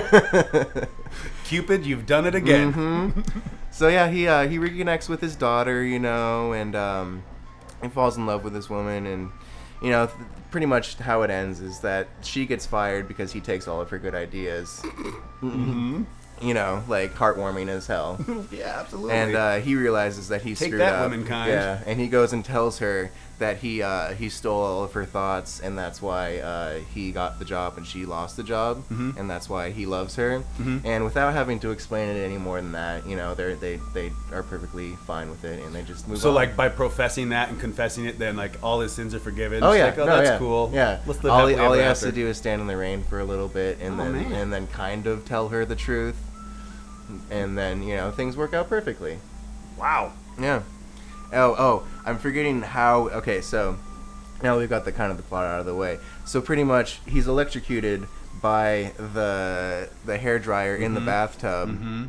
Speaker 3: Cupid, you've done it again.
Speaker 7: So yeah, he uh, he reconnects with his daughter, you know, and um, he falls in love with this woman, and you know, th- pretty much how it ends is that she gets fired because he takes all of her good ideas. mm-hmm. You know, like heartwarming as hell,
Speaker 3: Yeah, absolutely.
Speaker 7: Mm-hmm. and uh, he realizes that he
Speaker 3: Take
Speaker 7: screwed
Speaker 3: that,
Speaker 7: up.
Speaker 3: womankind.
Speaker 7: Yeah, and he goes and tells her that he uh, he stole all of her thoughts, and that's why uh, he got the job and she lost the job,
Speaker 3: Mm-hmm.
Speaker 7: and that's why he loves her. And without having to explain it any more than that, you know, they they they are perfectly fine with it, and they just move.
Speaker 3: so
Speaker 7: on.
Speaker 3: like by professing that and confessing it, then like all his sins are forgiven.
Speaker 7: Oh
Speaker 3: It's
Speaker 7: yeah,
Speaker 3: like, oh,
Speaker 7: no,
Speaker 3: that's
Speaker 7: yeah.
Speaker 3: cool.
Speaker 7: Yeah,
Speaker 3: let's live
Speaker 7: all
Speaker 3: happily
Speaker 7: he, all
Speaker 3: ever
Speaker 7: he has
Speaker 3: after.
Speaker 7: to do is stand in the rain for a little bit, and
Speaker 3: Oh,
Speaker 7: then
Speaker 3: man.
Speaker 7: and then kind of tell her the truth, and then you know things work out perfectly.
Speaker 3: Wow.
Speaker 7: Yeah. Oh, oh, I'm forgetting how. Okay, so now we've got the kind of the plot out of the way. So pretty much, he's electrocuted by the the hair dryer in
Speaker 3: Mm-hmm.
Speaker 7: the bathtub,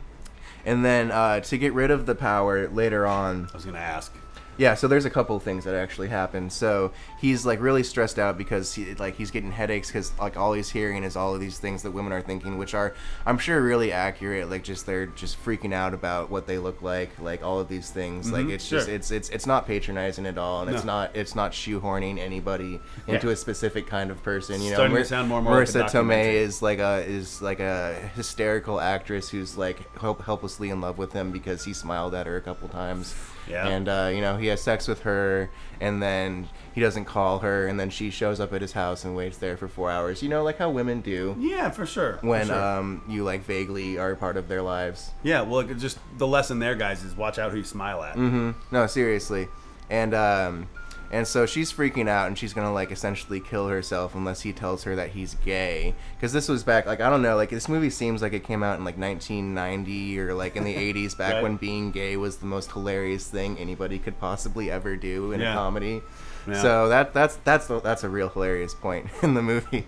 Speaker 7: and then uh, to get rid of the power later on.
Speaker 3: I was gonna ask.
Speaker 7: Yeah, so there's a couple of things that actually happen. So he's like really stressed out because he like he's getting headaches because like all he's hearing is all of these things that women are thinking, which are I'm sure really accurate. Like just they're just freaking out about what they look like, like all of these things. like it's just
Speaker 3: Mm-hmm, sure.
Speaker 7: it's it's it's not patronizing at all, and it's
Speaker 3: No.
Speaker 7: not it's not shoehorning anybody into
Speaker 3: Yeah.
Speaker 7: a specific kind of person. You know,
Speaker 3: Starting to
Speaker 7: Mar-
Speaker 3: sound more and more like a
Speaker 7: Marissa Tomei
Speaker 3: documentary.
Speaker 7: is like a is like a hysterical actress who's like help, helplessly in love with him because he smiled at her a couple times
Speaker 3: Yeah.
Speaker 7: And uh, you know, he has sex with her, and then he doesn't call her, and then she shows up at his house and waits there for four hours. You know, like how women do
Speaker 3: Yeah, for sure. for
Speaker 7: when
Speaker 3: sure.
Speaker 7: um, you like vaguely are a part of their lives.
Speaker 3: yeah, well, it just the lesson there, guys, is watch out who you smile at.
Speaker 7: Mm-hmm. No, seriously. And um and so she's freaking out and she's going to like essentially kill herself unless he tells her that he's gay cuz this was back like I don't know, like this movie seems like it came out in like 1990 or like in the 80s back
Speaker 3: Right.
Speaker 7: when being gay was the most hilarious thing anybody could possibly ever do in
Speaker 3: Yeah.
Speaker 7: a comedy.
Speaker 3: Yeah.
Speaker 7: So that that's that's that's a real hilarious point in the movie.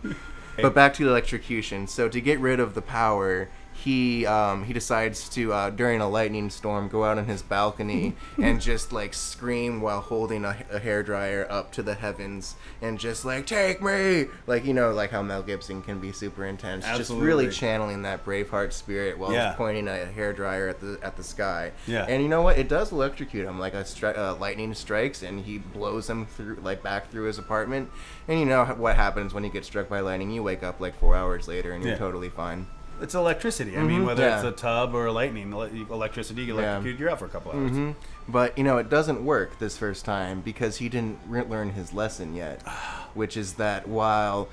Speaker 7: But back to the electrocution. So to get rid of the power, he um, he decides to uh, during a lightning storm go out on his balcony and just like scream while holding a, a hairdryer up to the heavens and just like take me like you know like how Mel Gibson can be super intense just really
Speaker 3: Absolutely.
Speaker 7: channeling that Braveheart spirit while
Speaker 3: Yeah.
Speaker 7: pointing a hairdryer at the at the sky
Speaker 3: Yeah.
Speaker 7: and you know what it does electrocute him like a stri- uh, lightning strikes and he blows him through like back through his apartment and you know h- what happens when you get struck by lightning you wake up like four hours later and you're
Speaker 3: Yeah.
Speaker 7: totally fine
Speaker 3: It's electricity. I mean, whether it's
Speaker 7: Mm-hmm. Yeah.
Speaker 3: a tub or a lightning, ele- electricity, you electrocute, you're out for a couple
Speaker 7: Mm-hmm.
Speaker 3: hours.
Speaker 7: But you know, it doesn't work this first time because he didn't re- learn his lesson yet, which is that while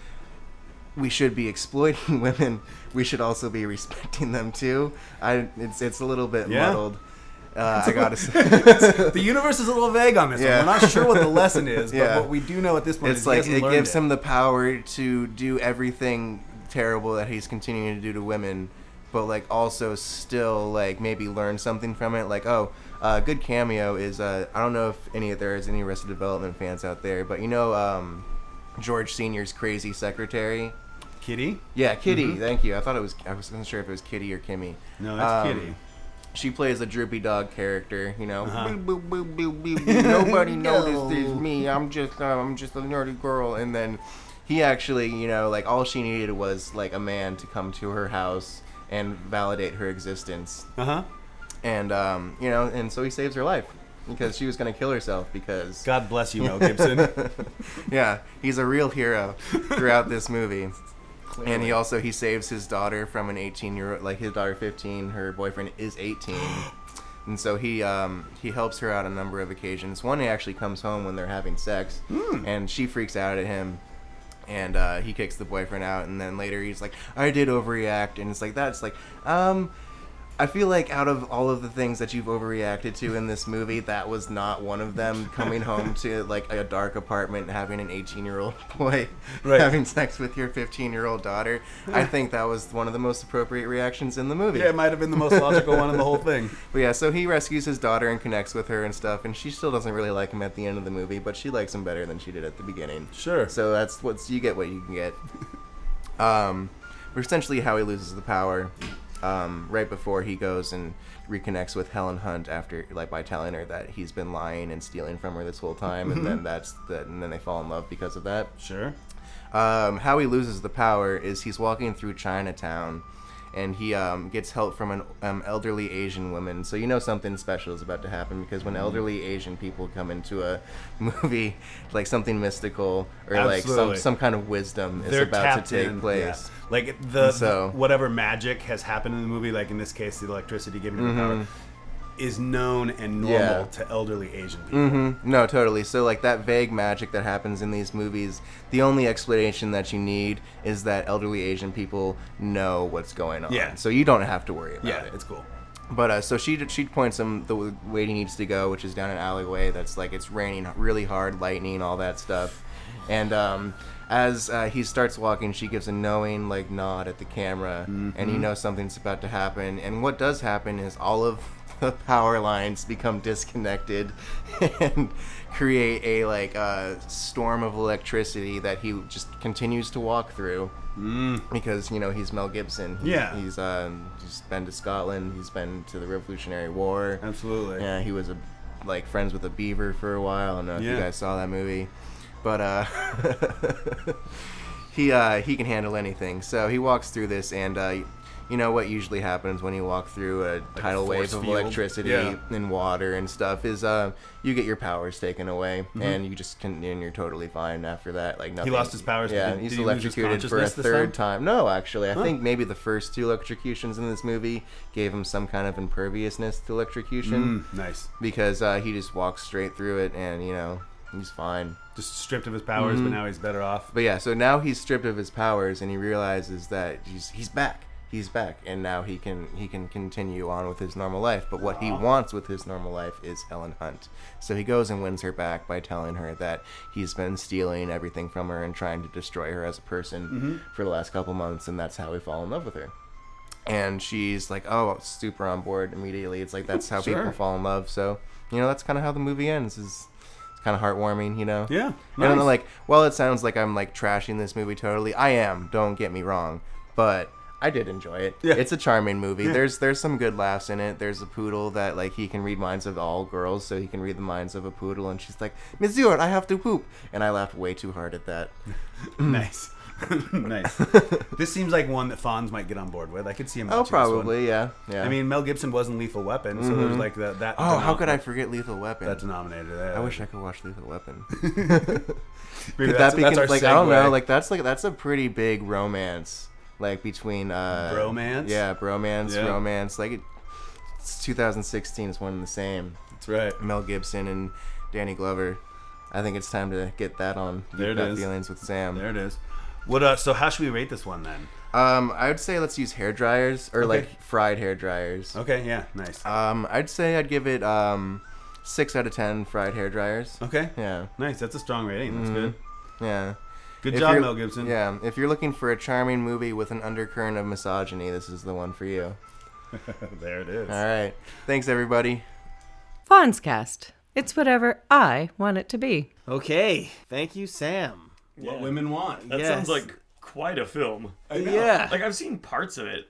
Speaker 7: we should be exploiting women, we should also be respecting them too. I it's it's a little bit
Speaker 3: Yeah.
Speaker 7: muddled. Uh, I gotta say.
Speaker 3: The universe is a little vague on this
Speaker 7: Yeah.
Speaker 3: one. We're not sure what the lesson is, but
Speaker 7: Yeah.
Speaker 3: what we do know at this point
Speaker 7: it's
Speaker 3: is
Speaker 7: like
Speaker 3: he
Speaker 7: it
Speaker 3: hasn't
Speaker 7: gives
Speaker 3: learned
Speaker 7: him the power to do everything terrible that he's continuing to do to women but like also still like maybe learn something from it like oh uh, good cameo is uh, i don't know if any of there is any arrested development fans out there but you know um, george senior's crazy secretary
Speaker 3: it. Kitty?
Speaker 7: yeah kitty
Speaker 3: Mm-hmm.
Speaker 7: thank you i thought it was i wasn't sure if it was kitty or kimmy
Speaker 3: No, that's
Speaker 7: Um,
Speaker 3: Kitty.
Speaker 7: she plays a droopy dog character, you know. Boop, boop, boop, boop, boop, boop. Nobody noticed it's me. I'm just, uh, I'm just a nerdy girl. And then he actually, you know, like all she needed was like a man to come to her house and validate her existence.
Speaker 3: Uh huh.
Speaker 7: And um, you know, and so he saves her life because she was gonna kill herself because
Speaker 3: God bless you, Mel Gibson.
Speaker 7: yeah, he's a real hero throughout this movie. And he also he saves his daughter from an 18 year old like his daughter 15, her boyfriend is 18. And so he um, he helps her out on a number of occasions. One he actually comes home when they're having sex and she freaks out at him and uh, he kicks the boyfriend out and then later he's like I did overreact and it's like that's like um I feel like out of all of the things that you've overreacted to in this movie, that was not one of them. Coming home to like a dark apartment, and having an 18-year-old boy
Speaker 3: Right.
Speaker 7: having sex with your 15-year-old daughter. I think that was one of the most appropriate reactions in the movie.
Speaker 3: yeah, it might have been the most logical one in the whole thing.
Speaker 7: But yeah, so he rescues his daughter and connects with her and stuff, and she still doesn't really like him at the end of the movie, but she likes him better than she did at the beginning.
Speaker 3: Sure.
Speaker 7: So that's what's you get what you can get. Um, but essentially how he loses the power. Um, right before he goes and reconnects with Helen Hunt after like by telling her that he's been lying and stealing from her this whole time,
Speaker 3: Mm-hmm.
Speaker 7: and then that's the, and then they fall in love because of that
Speaker 3: Sure.
Speaker 7: um, how he loses the power is he's walking through Chinatown, and he um, gets help from an um, elderly Asian woman. So you know something special is about to happen because
Speaker 3: Mm.
Speaker 7: when elderly Asian people come into a movie, like something mystical or like some
Speaker 3: Absolutely.
Speaker 7: some kind of wisdom is about to take place.
Speaker 3: yeah. Like the
Speaker 7: So-
Speaker 3: whatever magic has happened in the movie, like in this case, the electricity giving him the power, is known and normal
Speaker 7: Mm-hmm. Yeah. Mm-hmm.
Speaker 3: to elderly Asian people.
Speaker 7: No, totally. So like that vague magic that happens in these movies, the only explanation that you need is that elderly Asian people know what's going on.
Speaker 3: Yeah.
Speaker 7: So you don't have to worry about
Speaker 3: Yeah,
Speaker 7: it.
Speaker 3: it's cool.
Speaker 7: But uh, so she she points him the w- way he needs to go, which is down an alleyway that's like it's raining really hard, lightning, all that stuff. And um, as uh, he starts walking, she gives a knowing like nod at the camera, and you know something's about to happen. And what does happen is all of the power lines become disconnected and create a like uh, storm of electricity that he just continues to walk through because you know he's Mel Gibson. He-
Speaker 3: Yeah.
Speaker 7: he's um, he's been to Scotland. He's been to the Revolutionary War.
Speaker 3: Absolutely.
Speaker 7: Yeah, he was a, like friends with a beaver for a while. I don't know if you
Speaker 3: Yeah.
Speaker 7: guys saw that movie, but uh, he uh, he can handle anything. So he walks through this, and uh, you know what usually happens when you walk through a tidal wave
Speaker 4: force
Speaker 7: of
Speaker 4: field.
Speaker 7: electricity
Speaker 4: Yeah.
Speaker 7: and water and stuff is uh, you get your powers taken away, and you just can and you're totally fine after that. Like nothing.
Speaker 3: Mm-hmm. lost his powers, but
Speaker 7: Yeah,
Speaker 3: did-
Speaker 7: he's
Speaker 3: did he lose his
Speaker 7: electrocuted for a
Speaker 3: consciousness this
Speaker 7: third time? No, actually, I think maybe the first two electrocutions in this movie gave him some kind of imperviousness to electrocution
Speaker 3: Mm, nice.
Speaker 7: because uh, he just walks straight through it, and you know he's fine.
Speaker 3: Just stripped of his powers,
Speaker 7: Mm-hmm.
Speaker 3: but now he's better off.
Speaker 7: But yeah, so now he's stripped of his powers, and he realizes that he's he's back. He's back, and now he can he can continue on with his normal life. But what he wants with his normal life is Helen Hunt. So he goes and wins her back by telling her that he's been stealing everything from her and trying to destroy her as a person for the last couple months, and that's how we fall in love with her. And she's like, "Oh, super on board immediately." It's like that's how people fall in love. So you know, that's kind of how the movie ends. is It's kind of heartwarming, you know.
Speaker 3: Yeah,
Speaker 7: And I'm
Speaker 3: nice.
Speaker 7: like, well, it sounds like I'm like trashing this movie totally. I am. Don't get me wrong, but I did enjoy it.
Speaker 3: Yeah.
Speaker 7: It's a charming movie. There's there's some good laughs in it. There's a poodle that like he can read minds of all girls, so he can read the minds of a poodle, and she's like, Monsieur, I have to poop, and I laughed way too hard at that. Hmm.
Speaker 3: nice. nice. this seems like one that Fonz might get on board with. I could see him.
Speaker 7: Oh,
Speaker 3: watching this one.
Speaker 7: probably yeah, yeah.
Speaker 3: I mean, Mel Gibson was in Lethal Weapon, so there's like that. that
Speaker 7: oh, how
Speaker 3: denom-
Speaker 7: could I forget Lethal Weapon?
Speaker 3: That denominator there.
Speaker 7: I wish I could watch Lethal Weapon.
Speaker 3: Maybe that's,
Speaker 7: Could that be
Speaker 3: that's
Speaker 7: con-
Speaker 3: our
Speaker 7: like I don't
Speaker 3: segue.
Speaker 7: know, like that's like that's a pretty big romance, like between uh
Speaker 3: Bromance?
Speaker 7: yeah, bromance,
Speaker 3: Yeah.
Speaker 7: romance. Like it, it's 2016 is one and the same.
Speaker 3: that's right.
Speaker 7: Mel Gibson and Danny Glover. I think it's time to get that on. You've
Speaker 3: There it
Speaker 7: Got
Speaker 3: is.
Speaker 7: Feelings with Sam.
Speaker 3: There it is. What? Uh, so how should we rate this one then?
Speaker 7: Um, I would say let's use hair dryers or
Speaker 3: Okay.
Speaker 7: like fried hair dryers.
Speaker 3: Okay. Yeah. Nice.
Speaker 7: Um, I'd say I'd give it um six out of ten fried hair dryers.
Speaker 3: okay.
Speaker 7: Yeah,
Speaker 3: Nice. That's a strong rating. That's good.
Speaker 7: yeah.
Speaker 3: Good
Speaker 7: Mm-hmm. If
Speaker 3: job,
Speaker 7: you're-
Speaker 3: Mel Gibson.
Speaker 7: Yeah, if you're looking for a charming movie with an undercurrent of misogyny, this is the one for you.
Speaker 3: there it is.
Speaker 7: All right. Thanks, everybody.
Speaker 8: Fonscast. It's whatever I want it to be.
Speaker 2: Okay. Thank you, Sam.
Speaker 3: What women want.
Speaker 4: That
Speaker 2: Yes.
Speaker 4: sounds like quite a film.
Speaker 2: Yeah.
Speaker 4: Like I've seen parts of it,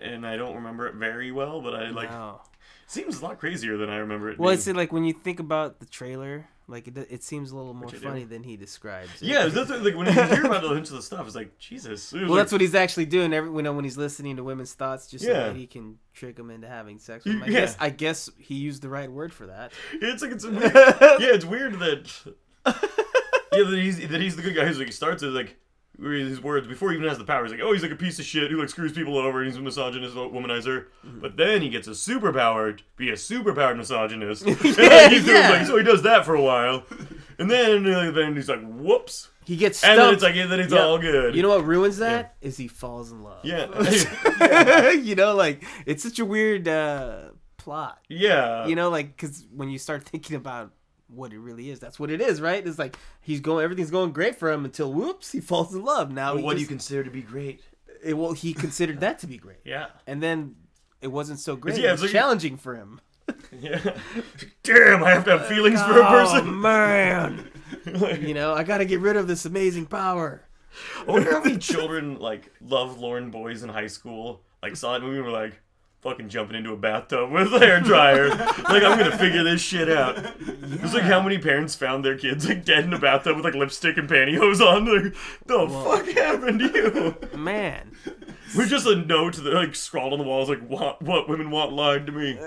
Speaker 4: and I don't remember it very well, but I like
Speaker 2: Wow.
Speaker 4: it seems a lot crazier than I remember it.
Speaker 2: Oh. Well,
Speaker 4: being.
Speaker 2: it's like when you think about the trailer, like it, it seems a little more
Speaker 4: I do.
Speaker 2: funny than he describes. It.
Speaker 4: yeah, that's what- like when you hear about a bunch of the stuff, it's like Jesus. It was
Speaker 2: Well,
Speaker 4: like-
Speaker 2: that's what he's actually doing. Every you know when he's listening to women's thoughts, just so
Speaker 4: Yeah.
Speaker 2: that he can trick them into having sex. With him. I
Speaker 4: Yeah.
Speaker 2: guess I guess he used the right word for that.
Speaker 4: It's like it's a weird, yeah, it's weird that yeah that he's that he's the good guy who's like starts as like where his words before he even has the power. He's like, oh, he's like a piece of shit who like screws people over and he's a misogynist, a womanizer.
Speaker 2: Mm-hmm.
Speaker 4: But then he gets a superpower to be a superpowered misogynist. and like, he's doing,
Speaker 2: yeah.
Speaker 4: like, so he does that for a while, and then uh, then he's like, whoops,
Speaker 2: He gets
Speaker 4: and
Speaker 2: stumped.
Speaker 4: then it's like and then it's
Speaker 2: Yep.
Speaker 4: all good.
Speaker 2: You know what ruins that is he falls in love.
Speaker 4: yeah,
Speaker 2: you know, like it's such a weird uh, plot.
Speaker 4: yeah,
Speaker 2: you know, like because when you start thinking about what it really is, that's what it is, right? It's like he's going, everything's going great for him until whoops, he falls in love. Now, he
Speaker 4: What do you
Speaker 2: just-
Speaker 4: consider to be great?
Speaker 2: it- well, he considered that to be great,
Speaker 4: Yeah,
Speaker 2: and then it wasn't so great.
Speaker 4: Yeah,
Speaker 2: it
Speaker 4: it's
Speaker 2: was
Speaker 4: like-
Speaker 2: challenging for him.
Speaker 4: yeah. Damn, I have
Speaker 2: Uh,
Speaker 4: to have feelings for a
Speaker 2: oh,
Speaker 4: person.
Speaker 2: man, you know, I got to get rid of this amazing power.
Speaker 4: I wonder Oh, how many children like love Lauren boys in high school. Like saw that movie and were like, fucking jumping into a bathtub with a hair dryer. like I'm gonna figure this shit out. It's like how many parents found their kids like dead in a bathtub with like lipstick and pantyhose on. Like the fuck happened to you?
Speaker 2: Man,
Speaker 4: We're just a note that like scrawled on the walls like what what women want lied to me.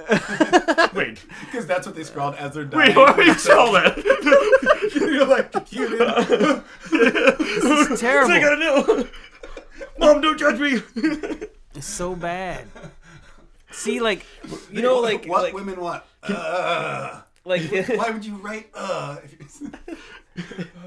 Speaker 4: Wait,
Speaker 3: Because that's what they scrawled as they're dying.
Speaker 4: wait, I already saw that.
Speaker 3: You're like, you didn't-
Speaker 2: this is
Speaker 4: I
Speaker 2: terrible.
Speaker 4: gotta know. Mom, don't judge me.
Speaker 2: It's so bad. See, like, you know, like,
Speaker 3: what
Speaker 2: like,
Speaker 3: women want. Uh,
Speaker 2: like,
Speaker 3: why would you write uh? if it's-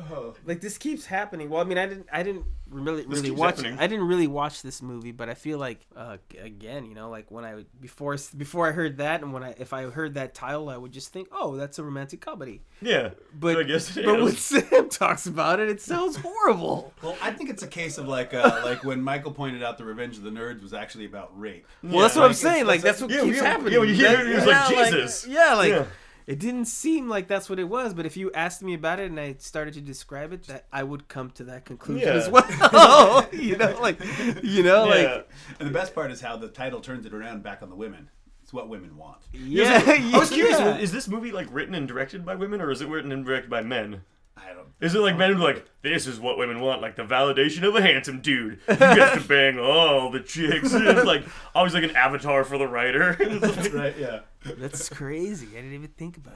Speaker 2: like this keeps happening. Well, I mean, I didn't, I didn't really, really
Speaker 4: keeps
Speaker 2: watch.
Speaker 4: happening.
Speaker 2: I didn't really watch this movie, but I feel like uh, g- again, you know, like when I before before I heard that, and when I if I heard that title, I would just think, oh, that's a romantic comedy.
Speaker 4: Yeah,
Speaker 2: But
Speaker 4: I guess it
Speaker 2: but when
Speaker 4: is.
Speaker 2: Sam talks about it, it sounds horrible.
Speaker 3: well, I think it's a case of like, uh, like when Michael pointed out the Revenge of the Nerds was actually about rape.
Speaker 2: Well, that's what I'm
Speaker 3: Like,
Speaker 2: saying.
Speaker 3: it's-
Speaker 2: Like
Speaker 3: that's
Speaker 2: that's what
Speaker 4: yeah,
Speaker 2: keeps
Speaker 4: yeah,
Speaker 2: happening.
Speaker 4: yeah, when you hear
Speaker 2: That-
Speaker 4: it, it's like,
Speaker 2: yeah,
Speaker 4: Jesus.
Speaker 2: yeah, like.
Speaker 4: Yeah.
Speaker 2: It didn't seem like that's what it was, but if you asked me about it and I started to describe it, that I would come to that conclusion
Speaker 4: Yeah.
Speaker 2: as well. you know, like, you know, like,
Speaker 4: Yeah.
Speaker 3: And the best part is how the title turns it around back on the women. It's what women want.
Speaker 2: Yeah,
Speaker 4: I was curious.
Speaker 2: yeah.
Speaker 4: Is this movie like written and directed by women, or is it written and directed by men?
Speaker 3: I don't.
Speaker 4: Is it like men who are like, this is what women want, like the validation of a handsome dude. You get to bang all the chicks. It's like always like an avatar for the writer. It's like-
Speaker 3: Right? Yeah.
Speaker 2: That's crazy. I didn't even think about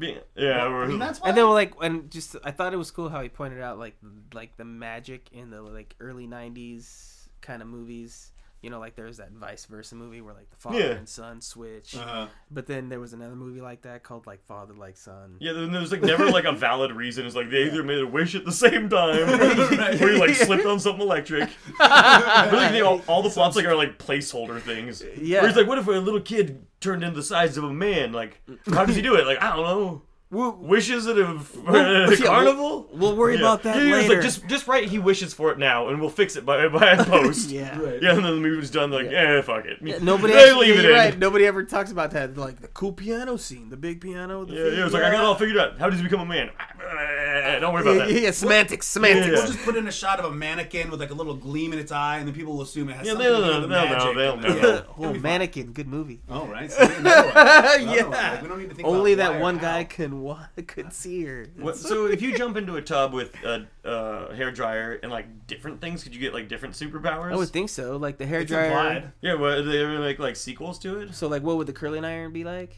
Speaker 2: it.
Speaker 4: yeah,
Speaker 3: I
Speaker 4: we're-
Speaker 3: mean, that's why.
Speaker 2: And then like and just I thought it was cool how he pointed out like like the magic in the like early '90s kind of movies. You know, like there was that vice versa movie where like the father
Speaker 4: Yeah. Uh-huh.
Speaker 2: and son switch,
Speaker 3: uh,
Speaker 2: but then there was another movie like that called like Father Like Son.
Speaker 4: Yeah, then there's like never like a valid reason. It's like they either made a wish at the same time, or you like slipped on something electric. But, like, they all, all the plots like are like placeholder things.
Speaker 2: Yeah.
Speaker 4: Where it's like, what if a little kid turned into the size of a man? Like, how does he do it? Like, I don't know.
Speaker 2: We'll,
Speaker 4: Wishes at a,
Speaker 2: Well,
Speaker 4: at a
Speaker 2: yeah,
Speaker 4: carnival.
Speaker 2: we'll worry
Speaker 4: Yeah.
Speaker 2: about that
Speaker 4: Yeah, yeah, it's
Speaker 2: later.
Speaker 4: like just just right. He wishes for it now, and we'll fix it by by post.
Speaker 2: yeah.
Speaker 3: right.
Speaker 4: Yeah, and then the movie's done. Like, yeah, fuck it.
Speaker 2: Nobody
Speaker 4: They
Speaker 2: actually,
Speaker 4: leave it
Speaker 2: you're
Speaker 4: in.
Speaker 2: right. Nobody ever talks about that. Like the cool piano scene, the big piano. with The
Speaker 4: Yeah, yeah, it was like I got it all figured out. How does he become a man? Don't worry about
Speaker 2: Yeah,
Speaker 4: that.
Speaker 2: yeah, semantics, semantics.
Speaker 4: Yeah.
Speaker 3: We'll just put in a shot of a mannequin with like a little gleam in its eye, and then people will assume it has
Speaker 4: Yeah,
Speaker 3: something to
Speaker 4: they'll
Speaker 3: do with
Speaker 4: know,
Speaker 3: the
Speaker 4: they'll
Speaker 3: magic.
Speaker 4: know, they'll
Speaker 3: and then-
Speaker 4: know. Yeah.
Speaker 2: Oh, mannequin, good movie.
Speaker 3: Oh, right. So another one. Another one.
Speaker 2: Yeah.
Speaker 3: Like, we don't need to think
Speaker 2: Only
Speaker 3: about
Speaker 2: that
Speaker 3: why or
Speaker 2: one
Speaker 3: how.
Speaker 2: guy can wa- could see her.
Speaker 4: What, so if you jump into a tub with a uh, hair dryer and like different things, could you get like different superpowers?
Speaker 2: I would think so. Like the hair
Speaker 3: It's
Speaker 2: dryer.
Speaker 3: implied.
Speaker 4: yeah, well, they ever make like sequels to it?
Speaker 2: So like, what would the curling iron be like?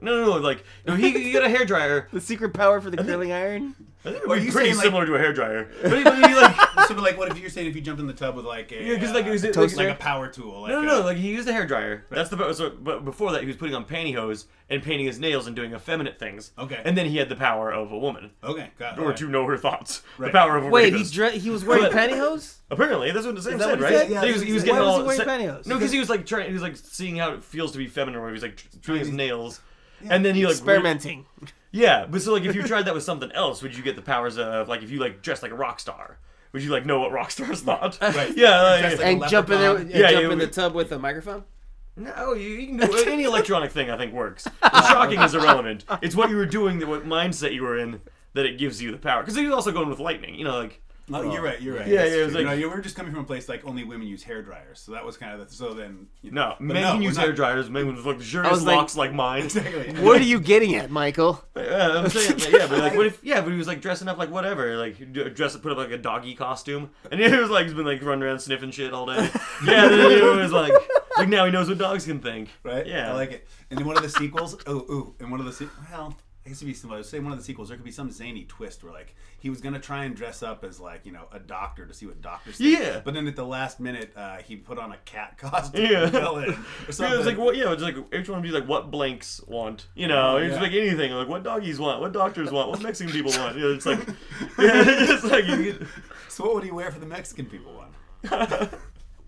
Speaker 4: No, no, no. Like, no, he you got a hair dryer.
Speaker 2: The secret power for the curling iron?
Speaker 4: I think it
Speaker 3: Or
Speaker 4: would be
Speaker 3: you
Speaker 4: pretty
Speaker 3: saying, like-
Speaker 4: similar to a hair dryer. But he- but he, like,
Speaker 3: So, but, like, what if you're saying if you jumped in the tub with like a
Speaker 4: yeah, because like,
Speaker 3: uh,
Speaker 4: is it, like,
Speaker 2: Toaster?
Speaker 3: like a power tool? Like
Speaker 4: no,
Speaker 3: a,
Speaker 4: no, no, like he used a hair dryer. That's the power. So, but before that, he was putting on pantyhose and painting his nails and doing effeminate things.
Speaker 3: Okay.
Speaker 4: And then he had the power of a woman,
Speaker 3: Okay, got it.
Speaker 4: or to know her thoughts. The
Speaker 3: Right.
Speaker 4: power of a
Speaker 2: Wait, he
Speaker 4: rapist.
Speaker 2: dre- he was wearing
Speaker 4: But-
Speaker 2: pantyhose.
Speaker 4: Apparently, that's what the same
Speaker 2: that what
Speaker 4: said, right?
Speaker 2: he said?
Speaker 3: Yeah,
Speaker 4: he was, he was
Speaker 3: that's
Speaker 2: what
Speaker 4: getting
Speaker 2: he
Speaker 4: all
Speaker 2: said. Why was he wearing
Speaker 4: se-
Speaker 2: pantyhose?
Speaker 4: No, because he was like trying. He was like seeing how it feels to be feminine, where he was like tr- doing his nails, and then he like
Speaker 2: Experimenting.
Speaker 4: weird- yeah, but so like if you tried that with something else, would you get the powers of like if you like dressed like a rock star? Would you like know what rock stars thought?
Speaker 3: Right.
Speaker 4: Yeah. like-
Speaker 3: Dressed like-
Speaker 2: And jump in there and
Speaker 4: Yeah,
Speaker 2: jump
Speaker 4: yeah,
Speaker 2: in
Speaker 4: we-
Speaker 2: the tub with a microphone?
Speaker 4: no, you, you can do any electronic thing. I think works. The shocking is irrelevant. It's what you were doing, that what mindset you were in, that it gives you the power. Because he was also going with lightning. You know, like
Speaker 3: No, Oh, you're right. You're right.
Speaker 4: Yeah,
Speaker 3: That's
Speaker 4: yeah, it was
Speaker 3: true.
Speaker 4: like-
Speaker 3: you know, we were just coming from a place like only women use hair dryers, so that was kind of the, so then. You
Speaker 4: no,
Speaker 3: but
Speaker 4: men can
Speaker 3: we're
Speaker 4: use
Speaker 3: not-
Speaker 4: hair dryers. Men with
Speaker 2: I
Speaker 4: luxurious
Speaker 2: was like-
Speaker 4: locks like mine.
Speaker 3: Exactly.
Speaker 2: What are you getting at, Michael?
Speaker 4: Yeah, I'm saying, like, yeah, but like, what if, yeah, but he was like dressing up like whatever, like d- dress put up like a doggy costume, and he was like, he's been like running around sniffing shit all day. Yeah, then it was like, like now he knows what dogs can think.
Speaker 3: Right?
Speaker 4: Yeah.
Speaker 3: I like it. And then one of the sequels, oh, ooh, and one of the se- well, I guess it'd be similar. Say one of the sequels, there could be some zany twist where like he was gonna try and dress up as like you know a doctor to see what doctors. think.
Speaker 4: Yeah.
Speaker 3: But then at the last minute, uh, he put on a cat costume.
Speaker 4: Yeah.
Speaker 3: and fell in or
Speaker 4: Yeah,
Speaker 3: something.
Speaker 4: it was like what? Yeah, it's like each one would be like what blanks want, you know? It's
Speaker 3: yeah.
Speaker 4: like anything, like what doggies want, what doctors want, what Mexican people want. You know, it's like, yeah, it's like you get-
Speaker 3: So what would he wear for the Mexican people one?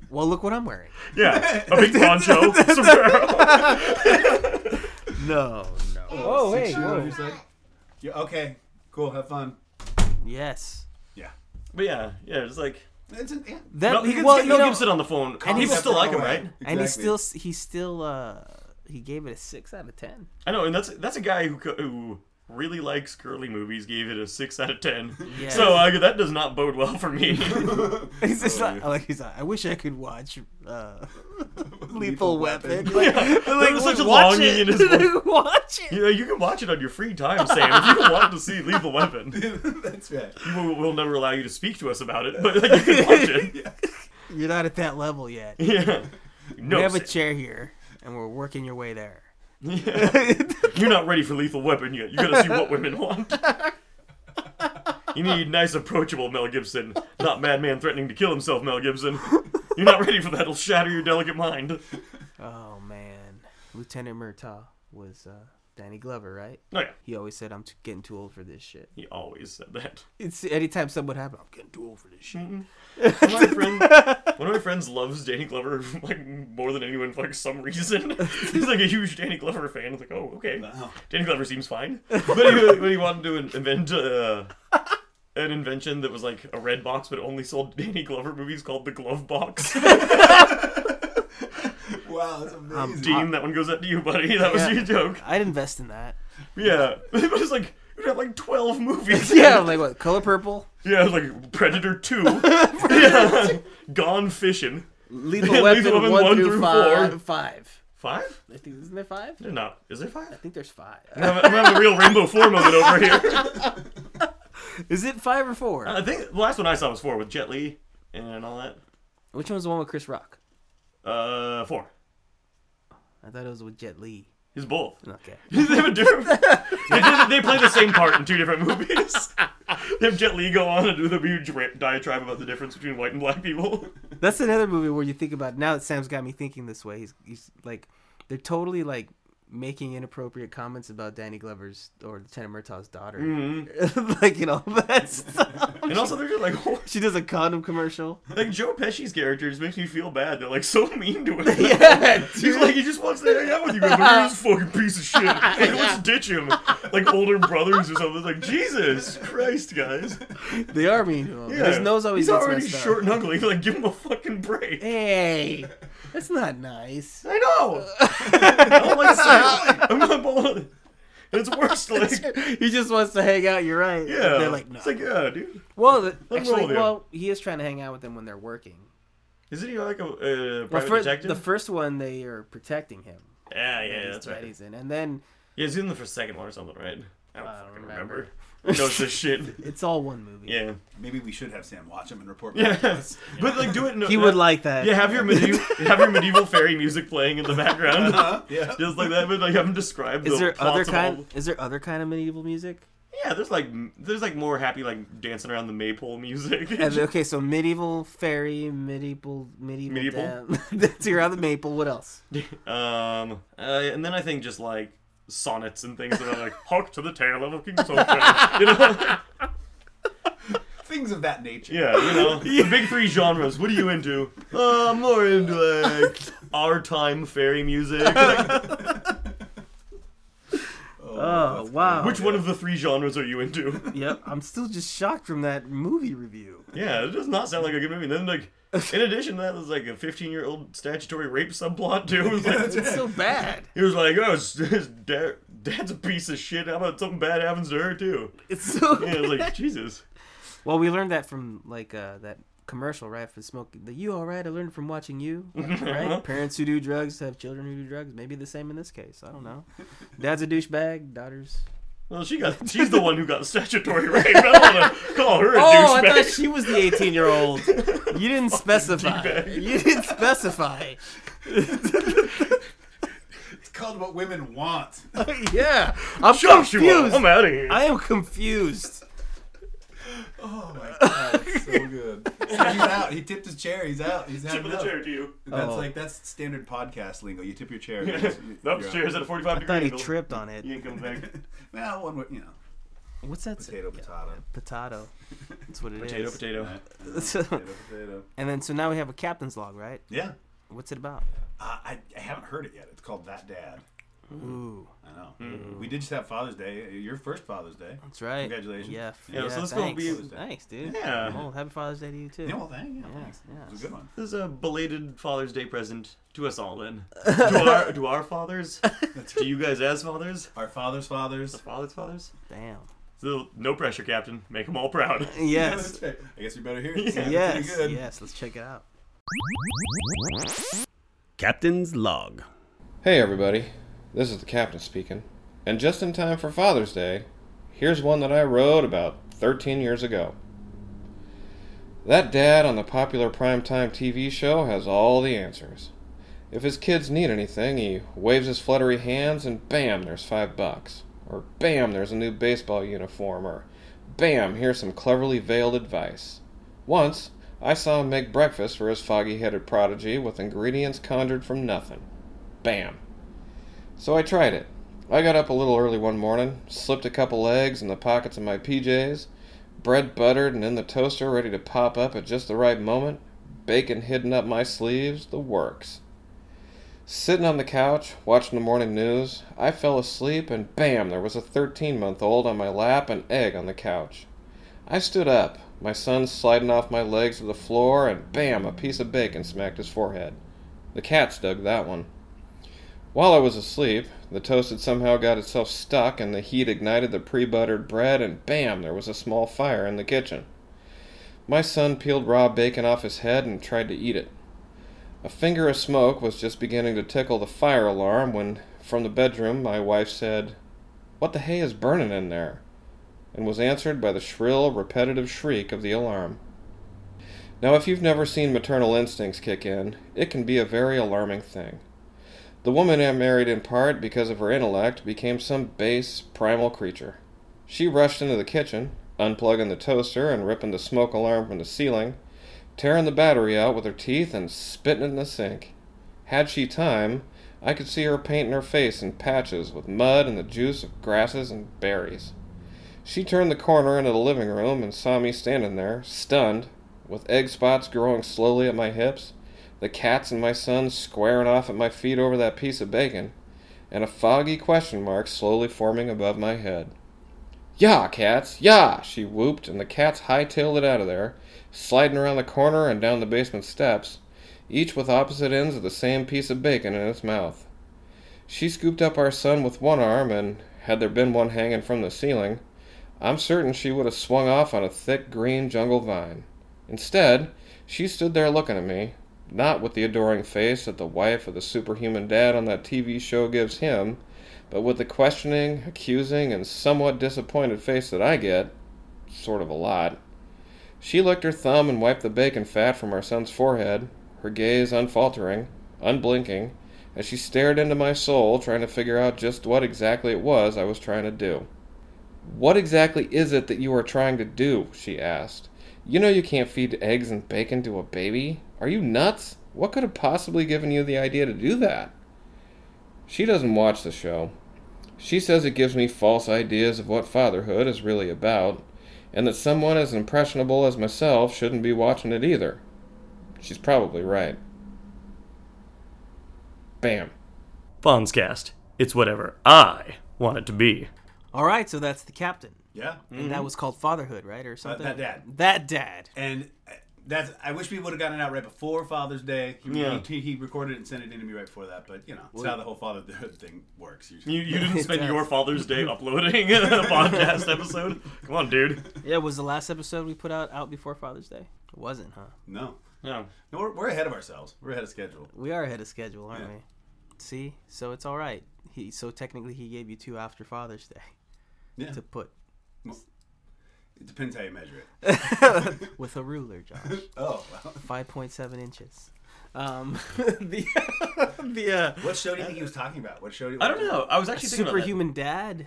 Speaker 2: Well, look what I'm wearing.
Speaker 4: yeah, a big poncho, sombrero.
Speaker 2: No, no.
Speaker 3: Oh, hey. Yeah, okay. Cool. Have fun.
Speaker 2: Yes.
Speaker 3: Yeah.
Speaker 4: But yeah, yeah, it's like
Speaker 3: It's an, yeah.
Speaker 2: That,
Speaker 4: Mel, he can
Speaker 2: well,
Speaker 4: get
Speaker 2: you
Speaker 4: Mel
Speaker 2: know,
Speaker 4: Gibson on the phone. People
Speaker 3: Concept
Speaker 4: still like him,
Speaker 3: away.
Speaker 4: right?
Speaker 2: and he
Speaker 3: Exactly.
Speaker 2: still he still uh he gave it a six out of ten.
Speaker 4: I know, and that's that's a guy who co- who really likes curly movies. Gave it a six out of ten.
Speaker 2: Yeah.
Speaker 4: So uh, that does not bode well for me.
Speaker 2: He's just like, like he's like, I wish I could watch uh, Lethal, Weapon.
Speaker 3: Weapon.
Speaker 2: Like,
Speaker 4: there was
Speaker 2: like,
Speaker 4: such a
Speaker 2: watch
Speaker 4: longing
Speaker 2: it.
Speaker 4: in his voice.
Speaker 2: watch it.
Speaker 4: you, know, you can watch it on your free time, Sam. If you want to see Lethal Weapon,
Speaker 3: That's right.
Speaker 4: we'll, we'll never allow you to speak to us about it. But like, you can watch it.
Speaker 2: You're not at that level yet.
Speaker 4: Yeah. No,
Speaker 2: we have a
Speaker 4: Sam.
Speaker 2: chair here, and we're working your way there.
Speaker 4: You're not ready for Lethal Weapon yet. You gotta see what women want. You need nice, approachable Mel Gibson, not madman threatening to kill himself Mel Gibson. You're not ready for that. It'll shatter your delicate mind.
Speaker 2: Oh man, Lieutenant Murtaugh was uh, Danny Glover, right?
Speaker 4: Oh yeah,
Speaker 2: He always said, "I'm too, getting too old for this shit."
Speaker 4: he always said that.
Speaker 2: It's anytime something would happen, I'm getting too old for this shit.
Speaker 4: One of my friends, one of my friends loves Danny Glover like more than anyone for like some reason. He's like a huge Danny Glover fan. It's like, oh okay,
Speaker 3: Wow.
Speaker 4: Danny Glover seems fine. But he, when he wanted to in- invent uh, an invention that was like a red box but only sold Danny Glover movies called the Glove Box.
Speaker 3: Wow, that's
Speaker 4: Um,
Speaker 3: amazing.
Speaker 4: Dean, that one goes out to you, buddy. That was
Speaker 2: Yeah.
Speaker 4: your joke.
Speaker 2: I'd invest in that.
Speaker 4: Yeah, but it was like. It had like twelve movies.
Speaker 2: Yeah, like what? Color Purple,
Speaker 4: yeah, it was like Predator Two, yeah. Gone Fishing,
Speaker 2: Lethal Weapon
Speaker 4: Weapon
Speaker 2: one,
Speaker 4: one
Speaker 2: through,
Speaker 4: through
Speaker 2: five.
Speaker 4: four.
Speaker 2: Five.
Speaker 4: five?
Speaker 2: I think isn't there five?
Speaker 4: They're not. Is there five?
Speaker 2: I think there's five.
Speaker 4: I'm, I'm having a real Rainbow Four moment over here.
Speaker 2: Is it five or four?
Speaker 4: I think the last one I saw was four with Jet Li and all that.
Speaker 2: Which one's the one with Chris Rock?
Speaker 4: Uh, four.
Speaker 2: I thought it was with Jet Li.
Speaker 4: He's both.
Speaker 2: Okay.
Speaker 4: they, have a different, they, do- they play the same part in two different movies. they have Jet Li go on and do the huge ra- diatribe about the difference between white and black people.
Speaker 2: That's another movie where you think about now that Sam's got me thinking this way. He's, he's like, they're totally like making inappropriate comments about Danny Glover's or Tana Murtaugh's daughter,
Speaker 4: Mm-hmm.
Speaker 2: like you know that stuff.
Speaker 4: And also, they're just like, "Oh,
Speaker 2: She does a condom commercial.
Speaker 4: like Joe Pesci's characters makes me feel bad. They're like so mean to him.
Speaker 2: Yeah,
Speaker 4: He's like, he just wants to hang out with you, guys, but you're this fucking piece of shit. Like, let's ditch him. Like older brothers or something. Like, Jesus Christ, guys.
Speaker 2: They are mean to him.
Speaker 4: Yeah.
Speaker 2: His nose always
Speaker 4: He's
Speaker 2: gets
Speaker 4: already
Speaker 2: messed
Speaker 4: short
Speaker 2: up.
Speaker 4: and ugly. Like, give him a fucking break.
Speaker 2: Hey, that's not nice.
Speaker 4: I know. I'm like, seriously, I'm not bothered. It's worse. Like,
Speaker 2: He just wants to hang out. You're right.
Speaker 4: yeah.
Speaker 2: They're like, no.
Speaker 4: It's like, yeah, dude.
Speaker 2: well, the-
Speaker 4: roll
Speaker 2: actually,
Speaker 4: with you.
Speaker 2: well, he is trying to hang out with them when they're working.
Speaker 4: Isn't he like a uh, private
Speaker 2: Well, fir-
Speaker 4: detective? Ah,
Speaker 2: the first one, they are protecting him.
Speaker 4: yeah, yeah,
Speaker 2: He's-
Speaker 4: that's
Speaker 2: that
Speaker 4: right.
Speaker 2: he's in. And then
Speaker 4: Yeah, he's in the first second one or something, right? I don't
Speaker 2: I don't
Speaker 4: fucking
Speaker 2: remember.
Speaker 4: remember. Who knows this shit?
Speaker 2: it's all one movie.
Speaker 4: Yeah.
Speaker 3: Maybe we should have Sam watch them and report. back to
Speaker 4: Yeah.
Speaker 3: us.
Speaker 4: But like, do it. In a,
Speaker 2: He would like that.
Speaker 4: Yeah, have your medieval, have your medieval fairy music playing in the background,
Speaker 3: Yeah.
Speaker 4: just like that. But like, have him describe.
Speaker 2: Uh-huh. Is
Speaker 4: the
Speaker 2: there
Speaker 4: plots
Speaker 2: other
Speaker 4: of
Speaker 2: kind?
Speaker 4: all-
Speaker 2: Is there other kind of medieval music?
Speaker 4: Yeah, there's like, m- there's like more happy like dancing around the maypole music.
Speaker 2: And, okay, so medieval fairy, medieval, medieval.
Speaker 4: Medieval?
Speaker 2: dam- That's your other maple. What else?
Speaker 4: Um, uh, and then I think just like sonnets and things that are like hark to the tale of a king soldier. you know?
Speaker 3: Things of that nature.
Speaker 4: Yeah, you know the big three genres. What are you into? Uh, I'm more into like our time fairy music. Like,
Speaker 2: Oh wow!
Speaker 4: which one of the three genres are you into?
Speaker 2: Yep, I'm still just shocked from that movie review.
Speaker 4: Yeah, it does not sound like a good movie. And then like. In addition, to that was like a 15-year-old statutory rape subplot too. It was like,
Speaker 2: It's so bad.
Speaker 4: he was like, "Oh, his, his dad, dad's a piece of shit. How about something bad happens to her too?"
Speaker 2: It's so.
Speaker 4: Yeah, I was like, "Jesus."
Speaker 2: Well, we learned that from like uh, that commercial, right? For smoking, the you all right? I learned from watching you, right? Parents who do drugs have children who do drugs. Maybe the same in this case. I don't know. Dad's a douchebag. Daughters.
Speaker 4: Well, she got. She's the one who got statutory rape. I don't want to call her a
Speaker 2: Oh, I thought
Speaker 4: douchebag.
Speaker 2: she was the 18 year old. You didn't specify.
Speaker 4: D-bag.
Speaker 2: You didn't specify.
Speaker 3: It's called what women want. Oh
Speaker 2: yeah, I'm
Speaker 4: Joshua,
Speaker 2: confused.
Speaker 4: I'm out of here.
Speaker 2: I am confused.
Speaker 3: Oh my god, it's so good. he's out. He tipped his chair. He's out. He's out.
Speaker 4: Tip of the chair to you.
Speaker 3: That's
Speaker 2: Oh.
Speaker 3: like that's standard podcast lingo. You tip your chair.
Speaker 4: Nope, chair's at a 45
Speaker 2: I
Speaker 4: degree
Speaker 2: thought he
Speaker 4: angle.
Speaker 2: tripped on
Speaker 4: You
Speaker 2: it.
Speaker 4: ain't coming back.
Speaker 3: Well, one would- you know,
Speaker 2: What's that? say?
Speaker 3: potato, potato,
Speaker 2: Potato. That's what it is.
Speaker 4: Potato, potato.
Speaker 3: potato, potato.
Speaker 2: and then, so now we have a captain's log, right?
Speaker 3: Yeah,
Speaker 2: What's it about?
Speaker 3: uh, I, I haven't heard it yet. It's called That Dad.
Speaker 2: Ooh,
Speaker 3: I know.
Speaker 4: Mm.
Speaker 3: We did just have Father's Day. Your first Father's Day.
Speaker 2: that's right.
Speaker 3: Congratulations.
Speaker 2: Yeah. f-
Speaker 4: Yeah, so let's go
Speaker 2: thanks.
Speaker 4: be-
Speaker 2: Thanks, dude.
Speaker 4: Yeah.
Speaker 2: Well, happy Father's Day to you too.
Speaker 3: Yeah, well, thank you.
Speaker 2: Yeah,
Speaker 3: Thanks.
Speaker 2: yeah.
Speaker 3: It was a good one.
Speaker 4: This is a belated Father's Day present to us all, then. to our, to our fathers. to you guys as fathers.
Speaker 3: Our father's fathers.
Speaker 4: Fathers, fathers.
Speaker 2: Damn.
Speaker 4: So, no pressure, Captain. Make them all proud.
Speaker 2: Yes.
Speaker 3: I guess we better hear it. Yeah, pretty
Speaker 2: yes.
Speaker 3: good.
Speaker 2: Yes. Let's check it out.
Speaker 9: Captain's Log.
Speaker 10: Hey everybody, this is the captain speaking. And just in time for Father's Day, here's one that I wrote about 13 years ago. That dad on the popular primetime TV show has all the answers. If his kids need anything, he waves his fluttery hands and bam, there's five bucks. Or bam, there's a new baseball uniform. Or bam, here's some cleverly veiled advice. Once, I saw him make breakfast for his foggy headed prodigy with ingredients conjured from nothing. Bam. So I tried it. I got up a little early one morning, slipped a couple eggs in the pockets of my PJs, bread buttered and in the toaster ready to pop up at just the right moment, bacon hidden up my sleeves, the works. Sitting on the couch, watching the morning news, I fell asleep and bam, there was a 13 month old on my lap and egg on the couch. I stood up, my son sliding off my legs to the floor, and bam, a piece of bacon smacked his forehead. The cats dug that one. While I was asleep, the toast had somehow got itself stuck, and the heat ignited the pre buttered bread, and bam, there was a small fire in the kitchen. My son peeled raw bacon off his head and tried to eat it. A finger of smoke was just beginning to tickle the fire alarm when, from the bedroom, my wife said, What the hay is burning in there? and was answered by the shrill, repetitive shriek of the alarm. Now, if you've never seen maternal instincts kick in, it can be a very alarming thing. The woman I married in part because of her intellect became some base, primal creature. She rushed into the kitchen, unplugging the toaster and ripping the smoke alarm from the ceiling, tearing the battery out with her teeth and spitting it in the sink. Had she time, I could see her painting her face in patches with mud and the juice of grasses and berries. She turned the corner into the living room and saw me standing there, stunned, with egg spots growing slowly at my hips, the cats and my son squaring off at my feet over that piece of bacon, and a foggy question mark slowly forming above my head. Yah, cats, yah! she whooped, and the cats hightailed it out of there, sliding around the corner and down the basement steps, each with opposite ends of the same piece of bacon in its mouth. She scooped up our son with one arm, and had there been one hanging from the ceiling, I'm certain she would have swung off on a thick green jungle vine. Instead, she stood there looking at me, not with the adoring face that the wife of the superhuman dad on that TV show gives him, but with the questioning, accusing, and somewhat disappointed face that I get, sort of a lot. She licked her thumb and wiped the bacon fat from our son's forehead, her gaze unfaltering, unblinking, as she stared into my soul, trying to figure out just what exactly it was I was trying to do. What exactly is it that you are trying to do? she asked. You know you can't feed eggs and bacon to a baby. Are you nuts? What could have possibly given you the idea to do that? She doesn't watch the show. She says it gives me false ideas of what fatherhood is really about, and that someone as impressionable as myself shouldn't be watching it either. She's probably right. Bam.
Speaker 4: Fonzcast. It's whatever I want it to be.
Speaker 2: All right, so that's the captain.
Speaker 3: Yeah.
Speaker 2: And that was called Fatherhood, right, or something?
Speaker 3: Mm-hmm. that dad.
Speaker 2: That dad.
Speaker 3: And uh, that's. I wish we would have gotten it out right before Father's Day. He,
Speaker 4: Yeah.
Speaker 3: he, he recorded it and sent it in to me right before that. But you know, it's how the whole fatherhood thing works. Usually.
Speaker 4: You, you didn't spend
Speaker 2: does.
Speaker 4: your Father's Day uploading a podcast episode. Come on, dude.
Speaker 2: Yeah, was the last episode we put out out before Father's Day? It wasn't, huh?
Speaker 3: No.
Speaker 4: No.
Speaker 3: No, we're, we're ahead of ourselves. We're ahead of schedule.
Speaker 2: We are ahead of schedule, aren't
Speaker 3: Yeah.
Speaker 2: we? See, so it's all right. He so technically he gave you two after Father's Day
Speaker 3: Yeah.
Speaker 2: to put
Speaker 3: It depends how you measure it.
Speaker 2: with a ruler, Josh.
Speaker 3: Oh,
Speaker 2: Five point seven inches. Um, the the uh,
Speaker 3: what show do you think he was talking about? What show? Do you,
Speaker 4: I don't know. I was actually thinking about that.
Speaker 2: superhuman dad.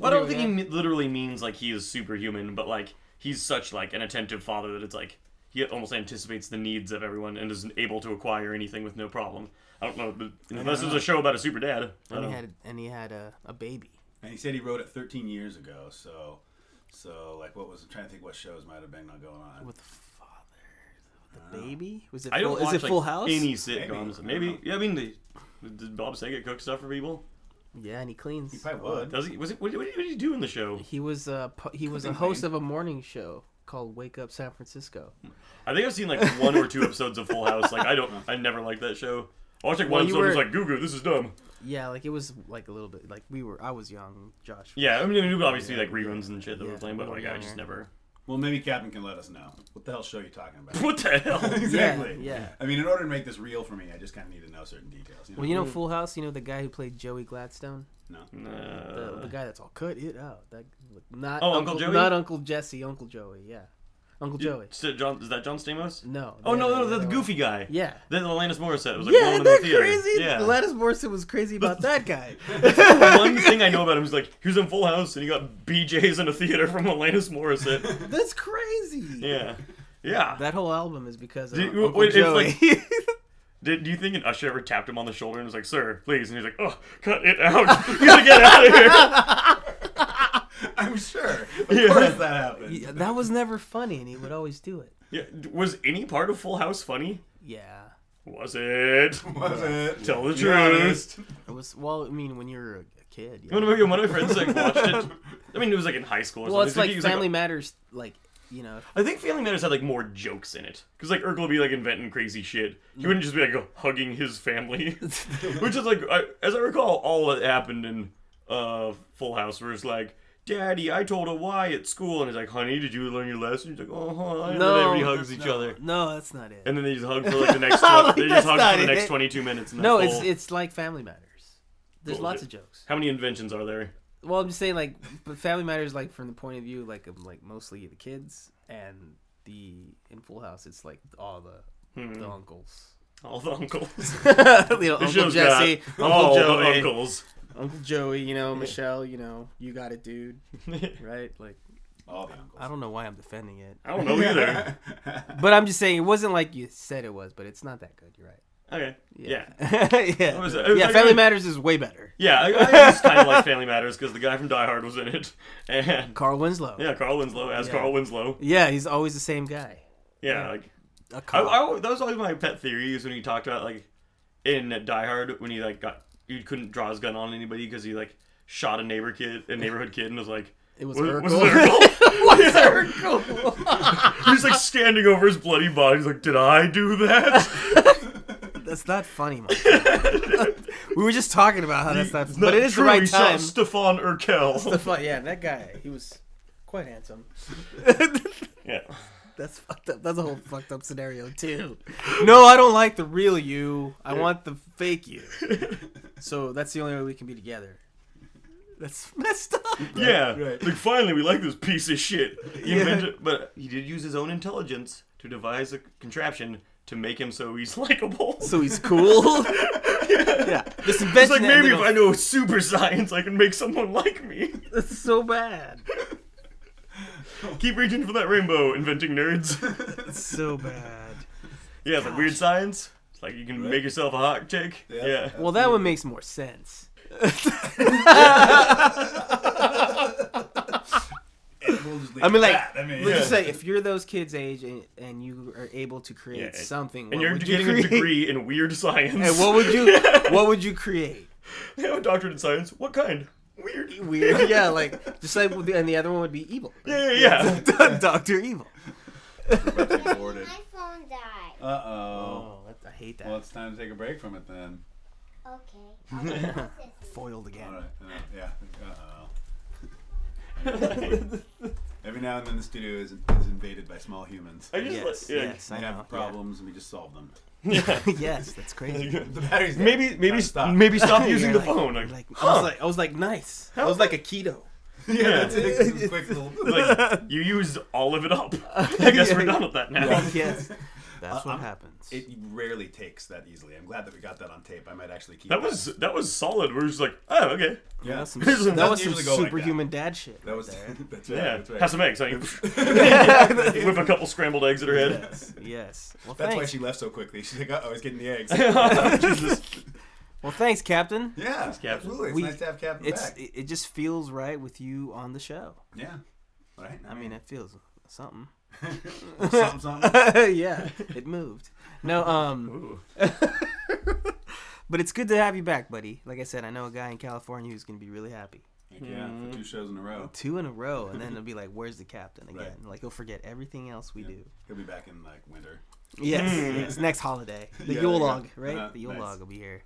Speaker 4: Well, I don't think he
Speaker 2: Superhero
Speaker 4: me- literally means like he is superhuman, but like he's such like an attentive father that it's like he almost anticipates the needs of everyone and is able to acquire anything with no problem. I don't know, but unless it was a show about a super dad. I
Speaker 2: dad. and
Speaker 4: don't-
Speaker 2: he had and he had a, a baby.
Speaker 3: And he said he wrote it 13 years ago. So, so like, what was I'm trying to think? What shows might have been going on?
Speaker 2: with the father, the baby. Was it?
Speaker 4: I don't
Speaker 2: full,
Speaker 4: watch
Speaker 2: is it
Speaker 4: like,
Speaker 2: Full House?
Speaker 4: any sitcoms.
Speaker 3: Maybe.
Speaker 4: Maybe. Yeah, I mean, they, did Bob Saget cook stuff for people?
Speaker 2: Yeah, and he cleans.
Speaker 3: he probably would.
Speaker 4: Does he? Was it? What, what did he do in the show?
Speaker 2: He was a pu- he was a
Speaker 3: Cooking
Speaker 2: host
Speaker 3: man.
Speaker 2: of a morning show called Wake Up San Francisco.
Speaker 4: I think I've seen like one or two episodes of Full House. Like I don't. I never liked that show. I watched like
Speaker 2: Well,
Speaker 4: one
Speaker 2: you
Speaker 4: episode. and was
Speaker 2: were-
Speaker 4: like, "Goo goo, this is dumb."
Speaker 2: Yeah, like it was like a little bit like we were. I was young, Josh.
Speaker 4: Yeah, I mean, it was obviously like reruns and shit that
Speaker 2: Yeah,
Speaker 4: were playing, but
Speaker 2: we were
Speaker 4: like I just
Speaker 2: younger.
Speaker 4: never.
Speaker 3: Well, maybe Captain can let us know. What the hell show are you talking about?
Speaker 4: What the hell?
Speaker 3: exactly.
Speaker 2: yeah.
Speaker 3: I mean, in order to make this real for me, I just kind of need to know certain details. You know?
Speaker 2: Well, you know Full House. You know the guy who played Joey Gladstone, the,
Speaker 4: Uh,
Speaker 2: the guy that's all cut it out. That not
Speaker 4: Oh, Uncle Joey?
Speaker 2: not Uncle Jesse, Uncle Joey. Yeah, Uncle Joey.
Speaker 4: Is that John, is that John Stamos?
Speaker 2: No.
Speaker 4: Oh
Speaker 2: the
Speaker 4: no,
Speaker 2: other-
Speaker 4: no,
Speaker 2: the
Speaker 4: the, the
Speaker 2: other
Speaker 4: goofy guy.
Speaker 2: one. Yeah.
Speaker 4: Then Alanis Morissette was like
Speaker 2: Yeah,
Speaker 4: yeah,
Speaker 2: they're
Speaker 4: the theater.
Speaker 2: crazy.
Speaker 4: Yeah.
Speaker 2: Alanis Morrison was crazy about that guy.
Speaker 4: One thing I know about him is like he was in Full House and he got BJ's in a theater from Alanis Morissette.
Speaker 2: That's crazy.
Speaker 4: yeah. Yeah.
Speaker 2: That whole album is because of
Speaker 4: Did-
Speaker 2: Uncle
Speaker 4: wait, it's
Speaker 2: Joey.
Speaker 4: like- Did, do you think an usher ever tapped him on the shoulder and was like, "Sir, please"? And he's like, "Oh, cut it out! You gotta get out of here."
Speaker 3: I'm sure. Of
Speaker 4: Yeah.
Speaker 3: course that happened.
Speaker 2: Yeah, that was never funny, and he would always do it.
Speaker 4: Yeah. d- Was any part of Full House funny?
Speaker 2: Yeah,
Speaker 4: Was it?
Speaker 3: Was it?
Speaker 4: Tell the
Speaker 3: Be
Speaker 4: truth.
Speaker 3: honest.
Speaker 2: it was. Well, I mean, when you're a kid, yeah.
Speaker 4: One of my one of my friends like watched it. I mean, it was like in high school. Or
Speaker 2: well,
Speaker 4: something.
Speaker 2: it's
Speaker 4: So he
Speaker 2: like
Speaker 4: was,
Speaker 2: Family Matters, like you know.
Speaker 4: I think Family Matters had like more jokes in it because like Urkel would be like inventing crazy shit. He wouldn't just be like hugging his family, which is like, I, as I recall, all that happened in uh, Full House was like, "Daddy, I told a lie at school," and he's like, "Honey, did you learn your lesson?" He's like, "Oh, huh." And
Speaker 2: No,
Speaker 4: then everybody hugs
Speaker 2: that's
Speaker 4: each
Speaker 2: not-
Speaker 4: other,
Speaker 2: No, that's not it.
Speaker 4: and then they just hug for like the next tw-
Speaker 2: That's
Speaker 4: they just hug
Speaker 2: not
Speaker 4: for the
Speaker 2: it.
Speaker 4: next twenty two minutes. And
Speaker 2: no,
Speaker 4: that's
Speaker 2: it's
Speaker 4: all.
Speaker 2: it's like Family Matters. There's
Speaker 4: Bullshit.
Speaker 2: lots of jokes.
Speaker 4: how many inventions are there?
Speaker 2: Well, I'm just saying, like, but Family Matters, like, from the point of view, like, of like mostly the kids and the in Full House, it's like all the
Speaker 4: Hmm.
Speaker 2: the uncles.
Speaker 4: All the uncles.
Speaker 2: you know,
Speaker 4: The
Speaker 2: Uncle
Speaker 4: show's
Speaker 2: Jesse,
Speaker 4: got Oh,
Speaker 2: Uncle
Speaker 4: all the
Speaker 2: Joey,
Speaker 4: uncles.
Speaker 2: Uncle Joey. You know, Michelle. You know, you got it, dude. right? Like,
Speaker 3: all the uncles.
Speaker 2: I don't know why I'm defending it.
Speaker 4: I don't know either.
Speaker 2: but I'm just saying, it wasn't like you said it was, but it's not that good. You're right.
Speaker 4: Okay. Yeah.
Speaker 2: yeah.
Speaker 4: What was it? It was
Speaker 2: yeah.
Speaker 4: like-
Speaker 2: Family Matters is way better.
Speaker 4: Yeah, I, I just kind of like Family Matters because the guy from Die Hard was in it, and
Speaker 2: Carl Winslow.
Speaker 4: yeah, Carl Winslow as
Speaker 2: Yeah.
Speaker 4: Carl Winslow.
Speaker 2: Yeah, he's always the same guy.
Speaker 4: Yeah, like
Speaker 2: A
Speaker 4: I,
Speaker 2: cop.
Speaker 4: I, always- that was always my pet theory is when he talked about like in Die Hard when he like got you couldn't draw his gun on anybody because he like shot a neighbor kid, a neighborhood kid, and was like.
Speaker 2: It was
Speaker 4: "Wa-
Speaker 2: Urkel."
Speaker 4: Was it Urkel? He's like standing over his bloody body. He's like, "Did I do that?"
Speaker 2: That's not funny, Mike. we were just talking about how that's not,
Speaker 4: It's
Speaker 2: but it is
Speaker 4: true.
Speaker 2: the
Speaker 4: he
Speaker 2: right time.
Speaker 4: shot Stefan Urkel.
Speaker 2: The fu- yeah, that guy, he was quite handsome.
Speaker 4: yeah.
Speaker 2: that's fucked up. That's a whole fucked up scenario too. No, I don't like the real you. I want the fake you. So that's the only way we can be together. That's messed up.
Speaker 4: Yeah,
Speaker 3: right.
Speaker 4: like finally we like this piece of shit. He
Speaker 2: Yeah.
Speaker 4: invented- but he did use his own intelligence to devise a contraption to make him so he's likable.
Speaker 2: So he's cool. yeah, this invention.
Speaker 4: it's
Speaker 2: that
Speaker 4: like maybe if
Speaker 2: little-
Speaker 4: I know super science, I can make someone like me.
Speaker 2: That's so bad.
Speaker 4: Keep reaching for that rainbow, inventing nerds.
Speaker 2: That's so bad.
Speaker 4: yeah, it's like weird science. It's like you can make yourself a hot chick.
Speaker 3: Yeah.
Speaker 4: Yeah.
Speaker 2: Well, that one makes more sense.
Speaker 3: We'll just leave
Speaker 2: I mean,
Speaker 3: it
Speaker 2: like,
Speaker 3: at that. I mean,
Speaker 2: let's
Speaker 3: yeah.
Speaker 2: just say if you're those kids' age and, and you are able to create
Speaker 4: Yeah, and-
Speaker 2: something,
Speaker 4: And
Speaker 2: what
Speaker 4: you're
Speaker 2: would you
Speaker 4: getting a
Speaker 2: create?
Speaker 4: degree in weird science.
Speaker 2: And what would you what would you create?
Speaker 4: I have a doctorate in science. What kind? Weird.
Speaker 2: Weird, yeah, like just like with the- and the other one would be evil,
Speaker 4: Yeah, yeah,
Speaker 2: Doctor Evil.
Speaker 3: Recorded.
Speaker 11: My phone died.
Speaker 3: Uh-oh.
Speaker 2: Oh, that- I hate that.
Speaker 3: Well, it's time to take a break from it then.
Speaker 11: Okay. I'll fix it.
Speaker 2: Foiled
Speaker 3: All
Speaker 2: again.
Speaker 3: right. Uh, yeah. Uh-oh.
Speaker 4: yeah.
Speaker 3: Every now and then the studio is, is invaded by small humans.
Speaker 4: I just
Speaker 2: Yes,
Speaker 4: like, yeah.
Speaker 2: yes,
Speaker 3: They
Speaker 2: I know.
Speaker 3: have problems and we just solve them.
Speaker 2: Yeah. yes, that's crazy.
Speaker 3: The batteries.
Speaker 4: Maybe maybe
Speaker 3: stop.
Speaker 4: maybe stop
Speaker 2: You're
Speaker 4: using the
Speaker 2: like-
Speaker 4: phone.
Speaker 2: you're
Speaker 4: Like,
Speaker 2: like- I was like, I was like, nice. I was like a keto.
Speaker 3: yeah, that's it. Quick little.
Speaker 4: like you used all of it up. I guess we're done with that now.
Speaker 2: yes, that's what
Speaker 3: Uh, I'm-
Speaker 2: happens.
Speaker 3: It rarely takes that easily. I'm glad that we got that on tape. I might actually keep
Speaker 4: That was that was solid. We are just like, oh okay,
Speaker 3: yeah.
Speaker 2: That's some-
Speaker 4: It doesn't
Speaker 2: that was some
Speaker 3: usually go like that.
Speaker 2: superhuman dad shit.
Speaker 3: That was that's right.
Speaker 4: yeah.
Speaker 3: That's right.
Speaker 4: Have some eggs. I whip a couple scrambled eggs at her head.
Speaker 2: Yes, yes. Well,
Speaker 3: that's why
Speaker 2: thanks.
Speaker 3: she left so quickly. She's like, oh, I was getting the eggs.
Speaker 4: Jesus.
Speaker 2: Well, thanks, Captain.
Speaker 3: yeah, absolutely. It's
Speaker 2: We-
Speaker 3: nice to have Captain
Speaker 2: It's
Speaker 3: back.
Speaker 2: it, it just feels right with you on the show.
Speaker 3: yeah, right.
Speaker 2: I mean, it feels something.
Speaker 3: something, something.
Speaker 2: yeah, it moved. No, um, but it's good to have you back, buddy. Like I said, I know a guy in California who's gonna be really happy.
Speaker 3: Heck yeah, for two shows in a row.
Speaker 2: Two in a row, and then it'll be like, "Where's the captain?" again.
Speaker 3: Right.
Speaker 2: Like he'll forget everything else we do.
Speaker 3: He'll be back in like winter.
Speaker 2: Yes, yes. Next holiday, the
Speaker 3: Yeah,
Speaker 2: Yule
Speaker 3: there you go.
Speaker 2: log, right?
Speaker 3: Uh-huh,
Speaker 2: the Yule
Speaker 3: nice.
Speaker 2: log will be here.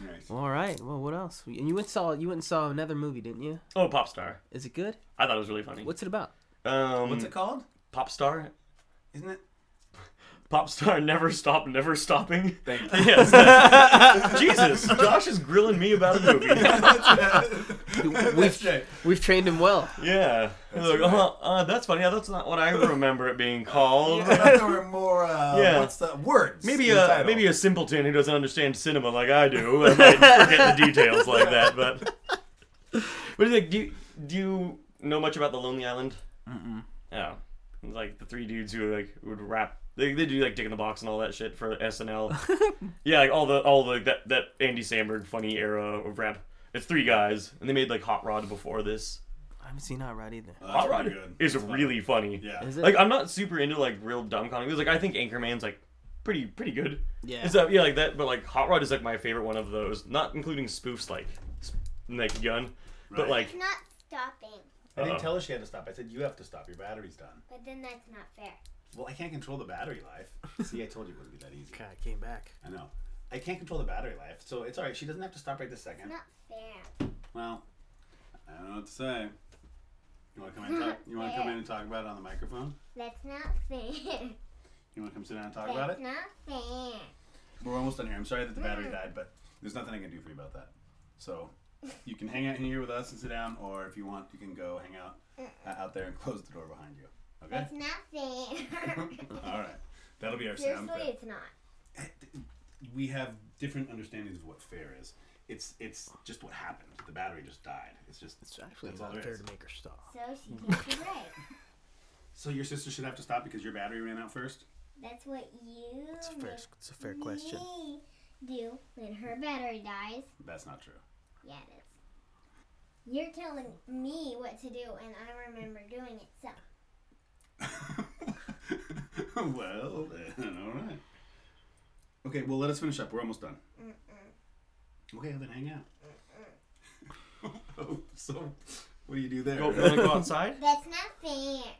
Speaker 3: Nice.
Speaker 2: All right. Well, what else? And you went saw you went and saw another movie, didn't you?
Speaker 4: Oh, pop star.
Speaker 2: Is it good?
Speaker 4: I thought it was really funny.
Speaker 2: What's it about?
Speaker 4: um,
Speaker 3: What's it called?
Speaker 4: Pop star.
Speaker 3: Isn't it?
Speaker 4: Pop star. Never stop. Never stopping.
Speaker 3: Thank you.
Speaker 4: Yes. that's- Jesus. Josh is grilling me about a movie.
Speaker 3: That's right.
Speaker 2: We've trained him well.
Speaker 4: Yeah. That's, like, uh, uh, that's funny. Yeah, that's not what I remember it being called.
Speaker 3: Yeah, there were more. Uh,
Speaker 4: Yeah.
Speaker 3: What's the words?
Speaker 4: Maybe
Speaker 3: in the
Speaker 4: a
Speaker 3: title.
Speaker 4: maybe a simpleton who doesn't understand cinema like I do. I might forget the details like that, but. What do you think? Do you, do you know much about the Lonely Island? Mm-mm. Oh, It's like the three dudes who like would rap. They, they do like Dick in the Box and all that shit for SNL. yeah, like all the all the that that Andy Samberg funny era of rap. It's three guys, and they made like Hot Rod before this.
Speaker 2: I haven't seen Hot Rod either.
Speaker 3: That's
Speaker 4: Hot Rod
Speaker 3: pretty good.
Speaker 4: is really funny.
Speaker 3: Yeah.
Speaker 2: Is it?
Speaker 4: Like I'm not super into like real dumb comedy. Like I think Anchorman's like pretty pretty good.
Speaker 2: Yeah.
Speaker 4: And so yeah, like that. But like Hot Rod is like my favorite one of those, not including spoofs like sp- Naked Gun, but
Speaker 3: Right.
Speaker 4: like
Speaker 11: It's not stopping,
Speaker 3: I
Speaker 4: Uh-oh.
Speaker 3: didn't tell her she had to stop. I said you have to stop. Your battery's done.
Speaker 11: but then that's not fair.
Speaker 3: Well, I can't control the battery life. See, I told you it wouldn't be that easy.
Speaker 2: God, I came back.
Speaker 3: I know. I can't control the battery life, so it's all right. She doesn't have to stop right this second.
Speaker 11: Not fair.
Speaker 3: Well, I don't know what to say. You want to come in and talk? You want to come in and talk about it on the microphone?
Speaker 11: That's not fair.
Speaker 3: You want to come sit down and talk about
Speaker 11: That's
Speaker 3: it?
Speaker 11: not fair. Mm.
Speaker 3: We're almost done here. I'm sorry that the battery died, but there's nothing I can do for you about that. So You can hang out in here with us and sit down, or if you want, you can go hang out
Speaker 11: Mm.
Speaker 3: uh, out there and close the door behind you. Okay.
Speaker 11: That's not fair.
Speaker 3: All right. That'll be our sound.
Speaker 11: Seriously,
Speaker 3: clip.
Speaker 11: it's not.
Speaker 3: We have different understandings of what fair is. It's it's just what happened. The battery just died. It's just it's
Speaker 2: actually
Speaker 3: that's
Speaker 2: not
Speaker 3: all there
Speaker 2: fair
Speaker 3: is.
Speaker 2: to make her stop.
Speaker 11: So she takes a break.
Speaker 3: So your sister should have to stop because your battery ran out first.
Speaker 11: That's what you
Speaker 2: It's fair. It's a fair
Speaker 11: make
Speaker 2: question.
Speaker 11: me do when her battery dies.
Speaker 3: That's not true.
Speaker 11: Yeah, it is. You're telling me what to do, and I remember doing it. So
Speaker 3: well, then, all right. Okay, well, let us finish up. We're almost done. Okay, then hang out. oh, so, what do you do there?
Speaker 4: Go- you wanna go outside?
Speaker 11: that's not fair.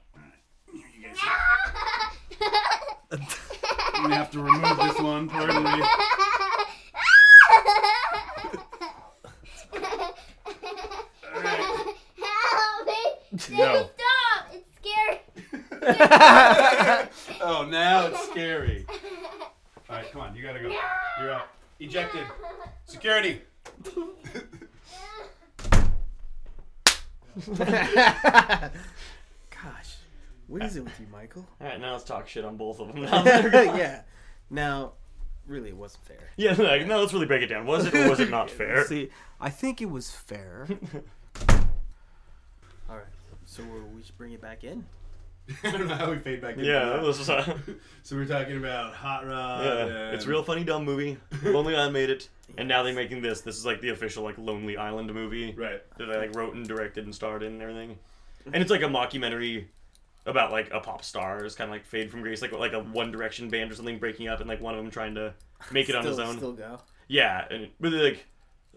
Speaker 3: I'm gonna have to remove this one partly.
Speaker 11: Help me! Please
Speaker 3: No.
Speaker 11: stop! It's scary.
Speaker 3: oh, now it's scary. All right, come on, you gotta go. You're out. Ejected. Security.
Speaker 2: Gosh, what is it with you, Michael?
Speaker 4: All right, now let's talk shit on both of them.
Speaker 2: yeah. Now, really, it wasn't fair.
Speaker 4: Yeah, like, no, let's really break it down. Was it or was it not
Speaker 2: Yeah,
Speaker 4: fair?
Speaker 2: See, I think it was fair. All right, so we'll, we should bring it back in.
Speaker 3: I don't know how we fade back in.
Speaker 4: Yeah, that was- uh,
Speaker 3: so we're talking about Hot Rod.
Speaker 4: yeah, it's
Speaker 3: and-
Speaker 4: real funny dumb movie. Lonely Island made it, and now they're making this. This is like the official like Lonely Island movie,
Speaker 3: right?
Speaker 4: That I like wrote and directed and starred in and everything,
Speaker 2: Mm-hmm.
Speaker 4: and it's like a mockumentary about like a pop star is kind of like fade from grace, like like a One Direction band or something breaking up, and like one of them trying to make it on his
Speaker 2: Still-
Speaker 4: own.
Speaker 2: still go.
Speaker 4: Yeah, and but like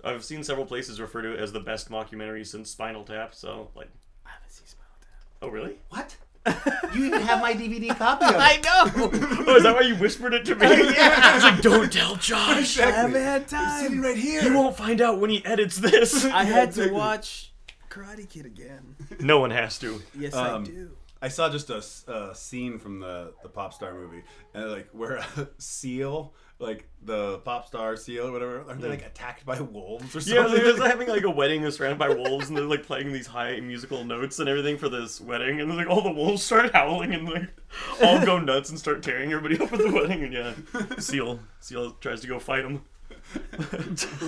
Speaker 4: I've seen several places refer to it as the best mockumentary since Spinal Tap. So like, I haven't
Speaker 2: seen Spinal
Speaker 4: Tap. Oh really?
Speaker 3: What? You even have my DVD copy of it.
Speaker 2: I know.
Speaker 4: oh, is that why you whispered it to me? I was like, don't tell Josh.
Speaker 2: I haven't had time.
Speaker 3: sitting right here.
Speaker 4: He won't find out when he edits this.
Speaker 2: I had to watch Karate Kid again.
Speaker 4: No one has to.
Speaker 2: Yes, I do.
Speaker 3: I saw just a s- a scene from the the pop star movie, and like where a seal, like the pop star seal or whatever, aren't they like attacked by wolves or
Speaker 4: Hmm. Yeah,
Speaker 3: something?
Speaker 4: they're just having like a wedding that's surrounded by wolves, and they're like playing these high musical notes and everything for this wedding, and like all the wolves start howling and like all go nuts and start tearing everybody up at the wedding, and yeah, seal seal tries to go fight them.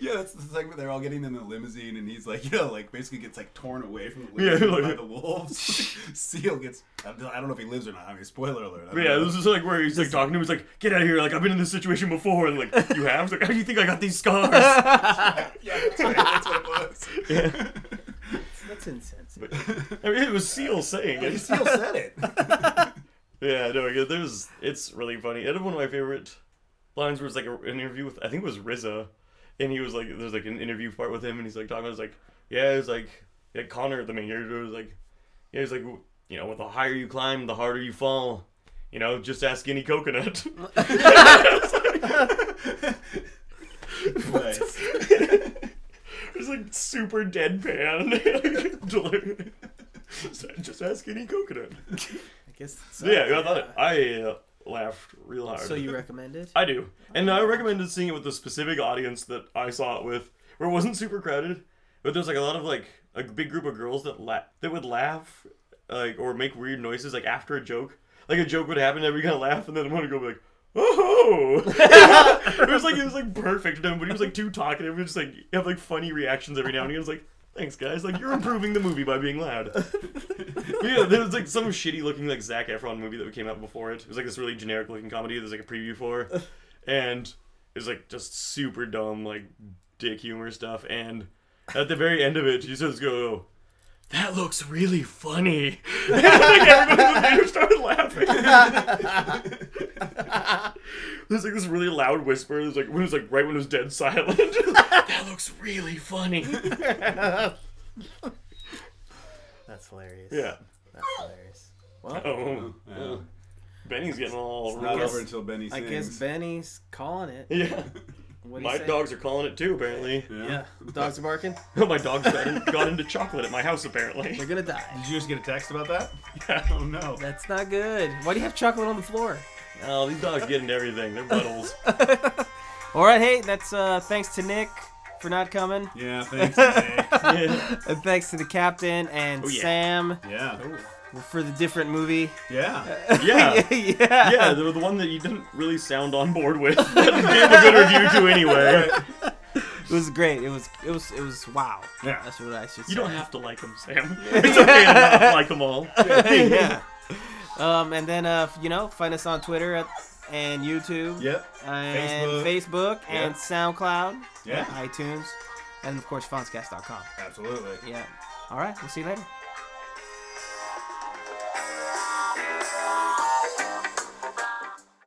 Speaker 3: yeah, that's the segment. They're all getting in the limousine, and he's like, you know, like basically gets like torn away from the
Speaker 4: Yeah,
Speaker 3: limousine
Speaker 4: like-
Speaker 3: by the wolves. seal gets. I don't I don't know if he lives or not. I mean, spoiler alert. I
Speaker 4: But
Speaker 3: don't
Speaker 4: yeah,
Speaker 3: know.
Speaker 4: this is like where he's like talking to him. He's like, "Get out of here!" Like I've been in this situation before, and like you have. He's like, how do you think I got these scars?
Speaker 3: yeah, that's, right, that's what it was.
Speaker 2: That's insensitive.
Speaker 4: But, I mean, it was Seal saying it.
Speaker 3: Seal said it.
Speaker 4: yeah, no, yeah, there's. It's really funny. And one of my favorite lines was like an interview with I think it was RZA, and he was like, there's like an interview part with him, and he's like talking. I was like, yeah, it's like, yeah, Connor, the main character, was like, yeah, he's like, you know, the higher you climb, the harder you fall. You know, just ask any coconut. It's like super deadpan. delivery. Just ask any coconut.
Speaker 2: I guess. it's-
Speaker 4: yeah, I thought it, I uh, laughed real hard.
Speaker 2: So you recommend it?
Speaker 4: I do, and I recommended seeing it with the specific audience that I saw it with, where it wasn't super crowded, but there's like a lot of like a big group of girls that la- that would laugh, like or make weird noises like after a joke. Like a joke would happen, everybody kind of laugh, and then one would go be like, "Oh!" it was like it was like perfect for them, but he was like too talkative. He was just like you have like funny reactions every now and again. It was like, "Thanks, guys! Like you're improving the movie by being loud." But yeah, there was like some shitty looking like Zac Efron movie that came out before it. It was like this really generic looking comedy. There's like a preview for, and it was like just super dumb like dick humor stuff. And at the very end of it, she just go, "That looks really funny." and like everybody in the theater started laughing. There's like this really loud whisper. It was like when it was like right when it was dead silent. that looks really funny.
Speaker 2: That's hilarious.
Speaker 4: yeah.
Speaker 2: That's hilarious. Well,
Speaker 4: Oh,
Speaker 3: Yeah.
Speaker 4: Benny's getting all
Speaker 3: It's not
Speaker 4: riled.
Speaker 3: over until Benny
Speaker 2: I
Speaker 3: sings.
Speaker 2: guess Benny's calling it.
Speaker 4: Yeah.
Speaker 2: What'd he
Speaker 4: My
Speaker 2: say?
Speaker 4: dogs are calling it too, apparently.
Speaker 2: Yeah. Dogs are barking.
Speaker 4: My dogs got, in, got into chocolate at my house, apparently.
Speaker 2: They're gonna die.
Speaker 3: Did you just get a text about that?
Speaker 4: Yeah.
Speaker 3: Oh no.
Speaker 2: That's not good. Why do you have chocolate on the floor? Oh,
Speaker 4: No, these dogs get into everything. They're buttholes.
Speaker 2: All right, hey, that's uh, thanks to Nick for not coming.
Speaker 3: Yeah, thanks, Nick.
Speaker 2: and thanks to the captain and
Speaker 3: Oh, yeah.
Speaker 2: Sam.
Speaker 3: Yeah.
Speaker 2: For the different movie.
Speaker 3: Yeah.
Speaker 4: Yeah.
Speaker 2: yeah.
Speaker 4: Yeah, they were the one that you didn't really sound on board with. but gave a good review to anyway.
Speaker 2: It was great. It was it was it was wow.
Speaker 4: Yeah.
Speaker 2: That's what I should say.
Speaker 4: You don't have to like them, Sam. It's okay to not like them all.
Speaker 2: yeah. Um, and then uh, you know, find us on Twitter at, and YouTube.
Speaker 3: Yep.
Speaker 2: And Facebook,
Speaker 3: Facebook.
Speaker 2: and
Speaker 3: Yep.
Speaker 2: SoundCloud.
Speaker 3: Yeah.
Speaker 2: And iTunes. And of course fontscast.com.
Speaker 3: Absolutely.
Speaker 2: Yeah. All right, we'll see you later.